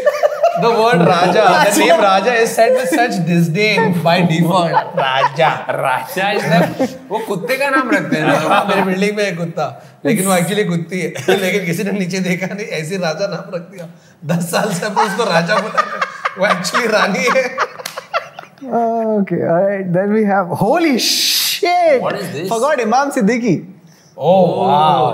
[SPEAKER 1] The word Raja, the name Raja is said with such disdain by default. Raja.
[SPEAKER 2] Raja is the- वो कुत्ते का नाम रखते हैं ना
[SPEAKER 1] हाँ, मेरे building में है कुत्ता लेकिन वो एक्चुअली कुत्ती है लेकिन किसी ने नीचे देखा नहीं ऐसे राजा नाम रख दिया दस साल से अपन उसको राजा बोला है। वो एक्चुअली रानी है
[SPEAKER 3] uh, Okay, all right. Then we have holy shit.
[SPEAKER 2] What is this?
[SPEAKER 3] Forgot Imam Siddiqui.
[SPEAKER 1] Oh
[SPEAKER 2] Oh,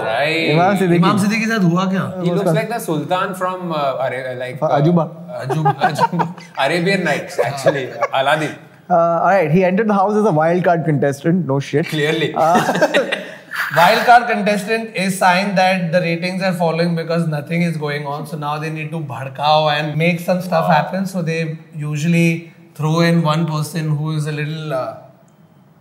[SPEAKER 2] right.
[SPEAKER 3] Imam Siddiqui.
[SPEAKER 1] Imam Siddiqui के साथ हुआ क्या
[SPEAKER 2] He looks like the Sultan from uh, Ara- like
[SPEAKER 3] Uh, Ajuba.
[SPEAKER 2] Ajuba, Ajuba. Arabian Nights, actually. Aladdin,
[SPEAKER 3] Uh, all right, he entered the house as a wild card contestant. No shit.
[SPEAKER 2] clearly.
[SPEAKER 3] Uh,
[SPEAKER 1] Wild card contestant is sign that the ratings are falling because nothing is going on. So now they need to bhadkao and make some stuff happen. So they usually throw in one person who is a little. Uh,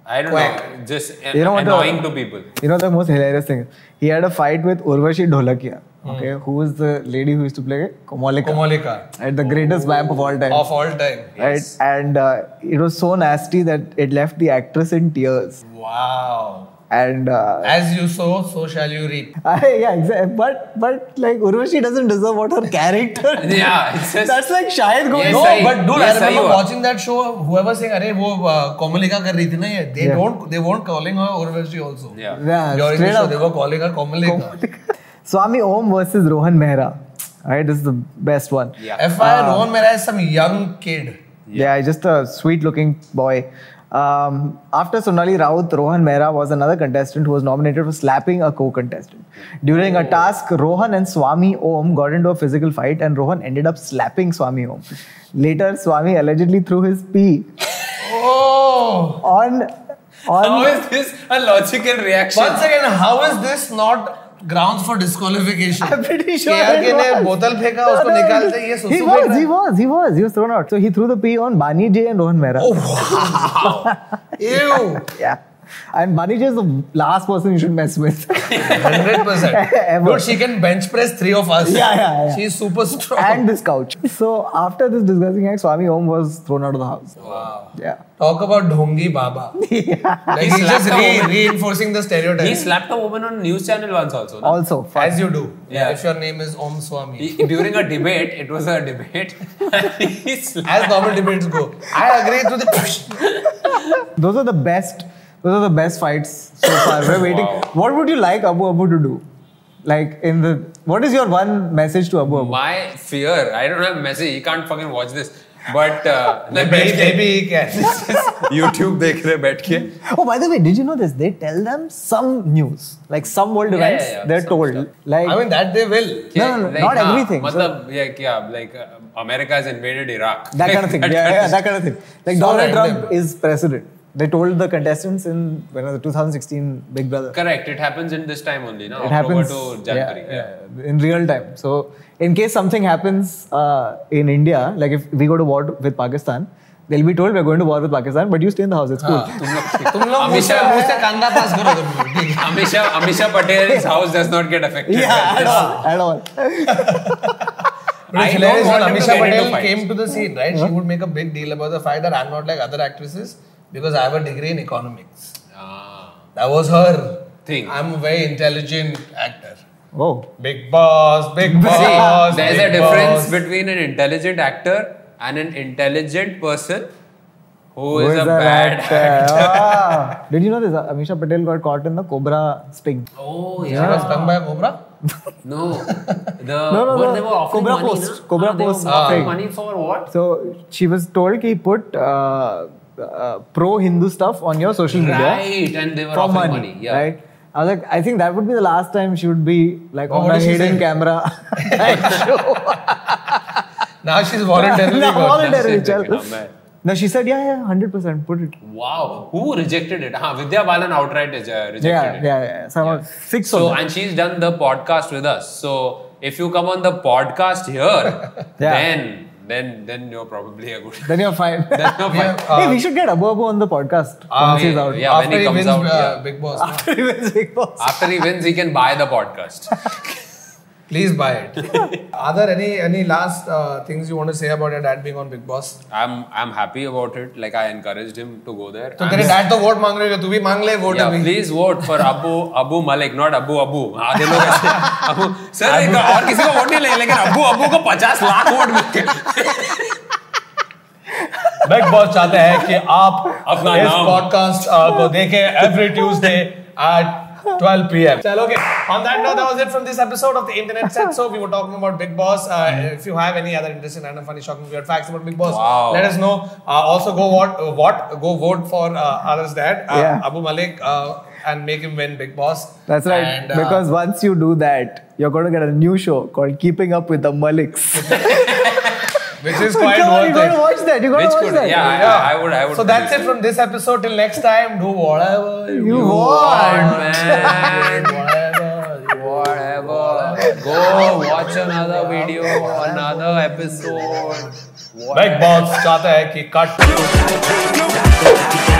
[SPEAKER 2] I don't know.
[SPEAKER 1] Quack.
[SPEAKER 2] Just an-
[SPEAKER 3] You know what the-
[SPEAKER 2] annoying to people.
[SPEAKER 3] You know the most hilarious thing? He had a fight with Urvashi Dholakia. Okay, who is the lady who used to play Komolika?
[SPEAKER 1] Komolika
[SPEAKER 3] Right, the greatest vamp of all time.
[SPEAKER 1] of all time.
[SPEAKER 3] right, and uh, it was so nasty that it left the actress in tears.
[SPEAKER 1] Wow.
[SPEAKER 3] And uh,
[SPEAKER 1] As you sow, so shall you reap.
[SPEAKER 3] yeah, exactly. But but like Urvashi doesn't deserve what her character.
[SPEAKER 2] Yeah, it's just.
[SPEAKER 3] That's like Shahid Ghosh.
[SPEAKER 2] Yes,
[SPEAKER 1] no,
[SPEAKER 2] I-
[SPEAKER 1] but dude,
[SPEAKER 2] yes,
[SPEAKER 1] I remember
[SPEAKER 2] I-
[SPEAKER 1] watching that show. Whoever saying, "अरे वो uh, Komalika कर रही थी ना ये," they
[SPEAKER 3] Yeah.
[SPEAKER 1] don't, they weren't calling her Urvashi also.
[SPEAKER 2] Yeah.
[SPEAKER 3] Yeah,
[SPEAKER 1] During the
[SPEAKER 3] straight
[SPEAKER 1] show,
[SPEAKER 3] up.
[SPEAKER 1] they were calling her Komalika.
[SPEAKER 3] Swami Om versus Rohan Mehra. Alright, this is the best one.
[SPEAKER 2] Yeah.
[SPEAKER 1] FYI,
[SPEAKER 3] Ah.
[SPEAKER 1] Rohan Mehra is some young kid.
[SPEAKER 3] Yeah, just a sweet looking boy. Um, after Sonali Raut, Rohan Mehra was another contestant who was nominated for slapping a co contestant. During
[SPEAKER 2] Oh.
[SPEAKER 3] a task, Rohan and Swami Om got into a physical fight and Rohan ended up slapping Swami Om. Later, Swami allegedly threw his pee
[SPEAKER 1] Oh.
[SPEAKER 3] on.
[SPEAKER 2] How
[SPEAKER 3] on
[SPEAKER 2] is this a logical reaction?
[SPEAKER 1] Once again, how is this not grounds for disqualification?
[SPEAKER 3] I'm pretty sure.
[SPEAKER 1] KRK
[SPEAKER 3] it
[SPEAKER 1] ने
[SPEAKER 3] was.
[SPEAKER 1] बोतल फेंका
[SPEAKER 3] No,
[SPEAKER 1] उसको
[SPEAKER 3] no,
[SPEAKER 1] निकाल
[SPEAKER 3] no.
[SPEAKER 1] दे ये
[SPEAKER 3] He
[SPEAKER 1] सुसु फेंक
[SPEAKER 3] was, he was, he was, he was thrown out. So he threw the pee on Bani J and Rohan
[SPEAKER 1] Oh.
[SPEAKER 3] Mehra.
[SPEAKER 1] Ew,
[SPEAKER 3] Yeah. And Bani J is the last person you should mess with.
[SPEAKER 1] 100%.
[SPEAKER 3] Ever.
[SPEAKER 1] Dude, she can bench press three of us.
[SPEAKER 3] Yeah, yeah, yeah.
[SPEAKER 1] She's super strong.
[SPEAKER 3] and this couch. So after this disgusting act, Swami Om was thrown out of the house.
[SPEAKER 1] wow.
[SPEAKER 3] Yeah.
[SPEAKER 1] Talk about Dhongi Baba. Like he's
[SPEAKER 2] slapped
[SPEAKER 1] just
[SPEAKER 2] a
[SPEAKER 1] re-
[SPEAKER 2] woman.
[SPEAKER 1] reinforcing the stereotype.
[SPEAKER 2] He slapped a woman on news channel once also. no?
[SPEAKER 3] Also, fuck.
[SPEAKER 1] as you do.
[SPEAKER 2] Yeah.
[SPEAKER 1] If your name is Om Swami.
[SPEAKER 2] He- During a debate, it was a debate. he slapped.
[SPEAKER 1] as normal debates go. I agree to the.
[SPEAKER 3] those are the best. Those are the best fights so far. We're waiting. What would you like Abu Abu to do? Like in the what is your one message to Abu Abu?
[SPEAKER 2] My fear. I don't have a message. He can't fucking watch this. But uh, like
[SPEAKER 1] maybe, maybe he can.
[SPEAKER 2] YouTube देख रहे बैठ के
[SPEAKER 3] Oh, by the way, did you know this? They tell them some news, like some world
[SPEAKER 2] Yeah,
[SPEAKER 3] events.
[SPEAKER 2] yeah, yeah.
[SPEAKER 3] They're
[SPEAKER 2] Some
[SPEAKER 3] told. Like
[SPEAKER 1] I mean, that they will.
[SPEAKER 3] No, no, no, not everything.
[SPEAKER 2] मतलब ये क्या like uh, America has invaded Iraq.
[SPEAKER 3] that kind of thing. yeah, yeah, that kind of thing. Like
[SPEAKER 1] So
[SPEAKER 3] Donald
[SPEAKER 1] random.
[SPEAKER 3] Trump is president. They told the contestants in when was it, 2016 Big Brother.
[SPEAKER 2] Correct. It happens in this time only. No?
[SPEAKER 3] it
[SPEAKER 2] October
[SPEAKER 3] happens
[SPEAKER 2] to
[SPEAKER 3] yeah,
[SPEAKER 2] January. Yeah.
[SPEAKER 3] yeah, in real time. So in case something happens uh, in India, like if we go to war with Pakistan, they'll be told we're going to war with Pakistan, but you stay in the house. It's cool.
[SPEAKER 2] तुम लोग
[SPEAKER 1] तुम लोग मुझसे
[SPEAKER 2] हमेशा
[SPEAKER 1] मुझसे कंधा पास करो तुम लोग ठीक है
[SPEAKER 2] हमेशा हमेशा Patel's house does not get affected.
[SPEAKER 3] Yeah, at all, at all.
[SPEAKER 1] But it's
[SPEAKER 2] I
[SPEAKER 1] hilarious
[SPEAKER 2] don't
[SPEAKER 1] when
[SPEAKER 2] want him
[SPEAKER 1] Amisha
[SPEAKER 2] to get into
[SPEAKER 1] Patel
[SPEAKER 2] fights.
[SPEAKER 1] came to the scene, right? She would make a big deal about the fact that I'm not like other actresses because I have a degree in economics.
[SPEAKER 2] Ah,
[SPEAKER 1] That was her
[SPEAKER 2] Thing.
[SPEAKER 1] I'm a very intelligent actor.
[SPEAKER 3] Oh,
[SPEAKER 1] Big boss, big boss.
[SPEAKER 2] See, there's
[SPEAKER 1] big
[SPEAKER 2] a difference
[SPEAKER 1] boss.
[SPEAKER 2] between an intelligent actor and an intelligent person who is,
[SPEAKER 3] who is
[SPEAKER 2] a
[SPEAKER 3] that
[SPEAKER 2] bad
[SPEAKER 3] actor? Ah. Did you know this? Amisha Patel got caught in the cobra sting.
[SPEAKER 2] Oh
[SPEAKER 1] She was stung by a cobra.
[SPEAKER 2] No, the
[SPEAKER 3] No, no,
[SPEAKER 2] where
[SPEAKER 3] no.
[SPEAKER 2] they Uh, were offering
[SPEAKER 3] Cobra
[SPEAKER 2] money,
[SPEAKER 3] Post.
[SPEAKER 2] na?
[SPEAKER 3] Cobra
[SPEAKER 2] Ah, they were
[SPEAKER 3] Post
[SPEAKER 2] offering
[SPEAKER 3] thing.
[SPEAKER 2] money for what?
[SPEAKER 3] So she was told he put uh, uh, pro Hindu stuff on your social media.
[SPEAKER 2] Right, and they were
[SPEAKER 3] for
[SPEAKER 2] offering money.
[SPEAKER 3] money,
[SPEAKER 2] Yeah.
[SPEAKER 3] right? I was like, I think that would be the last time she would be like
[SPEAKER 1] But
[SPEAKER 3] on
[SPEAKER 1] what
[SPEAKER 3] a
[SPEAKER 1] did she
[SPEAKER 3] hidden
[SPEAKER 1] say?
[SPEAKER 3] camera.
[SPEAKER 1] Now she's voluntarily
[SPEAKER 3] No,
[SPEAKER 1] gone.
[SPEAKER 3] voluntarily,
[SPEAKER 2] That's it,
[SPEAKER 3] chal.
[SPEAKER 2] yeah, man.
[SPEAKER 3] No, she said, yeah, yeah, hundred percent, put it.
[SPEAKER 2] Wow, who rejected it? Ah, Vidya Balan outright uh, rejected
[SPEAKER 3] Yeah, yeah,
[SPEAKER 2] it.
[SPEAKER 3] yeah. Somehow six
[SPEAKER 2] So,
[SPEAKER 3] of them.
[SPEAKER 2] and she's done the podcast with us. So, if you come on the podcast here, then then then you're probably a good.
[SPEAKER 3] Then you're fine.
[SPEAKER 2] That's no
[SPEAKER 1] We
[SPEAKER 2] fine.
[SPEAKER 1] have,
[SPEAKER 3] hey,
[SPEAKER 1] uh,
[SPEAKER 3] we should get Abu Abu on the podcast
[SPEAKER 1] Ah,
[SPEAKER 3] once he's
[SPEAKER 2] yeah,
[SPEAKER 3] out.
[SPEAKER 2] yeah. when
[SPEAKER 1] after
[SPEAKER 2] he
[SPEAKER 1] he
[SPEAKER 2] comes
[SPEAKER 1] wins
[SPEAKER 2] out,
[SPEAKER 1] uh,
[SPEAKER 2] yeah.
[SPEAKER 1] Big Boss.
[SPEAKER 3] "Oh." He wins Big Boss.
[SPEAKER 2] After he wins, he can buy the podcast.
[SPEAKER 1] Please buy it. Are there any any last uh, things you want to say about your dad being on Big Boss?
[SPEAKER 2] I'm I'm happy about it. Like I encouraged him to go there.
[SPEAKER 1] तो
[SPEAKER 2] I'm
[SPEAKER 1] तेरे dad तो vote मांग रहे थे तू भी मांग ले वोट
[SPEAKER 2] Yeah,
[SPEAKER 1] अभी
[SPEAKER 2] please vote for Abu Abu Malik, not Abu Abu. आधे लोग ऐसे Abu सर एक और किसी को वोट नहीं लगे लेकिन Abu Abu को 50 लाख वोट मिलते हैं।
[SPEAKER 4] बिग बॉस चाहते हैं कि आप
[SPEAKER 2] अपना
[SPEAKER 4] इस
[SPEAKER 2] नाम।
[SPEAKER 4] पॉडकास्ट को देखें every Tuesday at 12 PM
[SPEAKER 1] Well, okay. On that note, that was it from this episode of the Internet Set. So we were talking about Big Boss. Uh, If you have any other interesting, random, funny, shocking, weird facts about Big Boss,
[SPEAKER 2] Wow.
[SPEAKER 1] let us know. Uh, also, go what uh, what go vote for uh, others dad uh,
[SPEAKER 3] Yeah.
[SPEAKER 1] Abu Malik uh, and make him win Big Boss.
[SPEAKER 3] That's right.
[SPEAKER 1] And, uh,
[SPEAKER 3] because once you do that, you're going to get a new show called Keeping Up with the Maliks.
[SPEAKER 1] which is quite
[SPEAKER 3] Come on, you
[SPEAKER 1] worth
[SPEAKER 3] got to
[SPEAKER 1] it.
[SPEAKER 3] watch that. You got
[SPEAKER 2] Which
[SPEAKER 3] to watch
[SPEAKER 2] could-
[SPEAKER 3] that.
[SPEAKER 2] yeah, I- I would- I would
[SPEAKER 1] So that's
[SPEAKER 2] produce
[SPEAKER 1] it from this episode. Till next time, do whatever you,
[SPEAKER 3] You
[SPEAKER 2] Oh,
[SPEAKER 3] want.
[SPEAKER 2] man.
[SPEAKER 1] want. Whatever you want.
[SPEAKER 2] Whatever. Go watch another video, another episode.
[SPEAKER 4] Big boss चाहता है कि cut
[SPEAKER 5] No, no, no,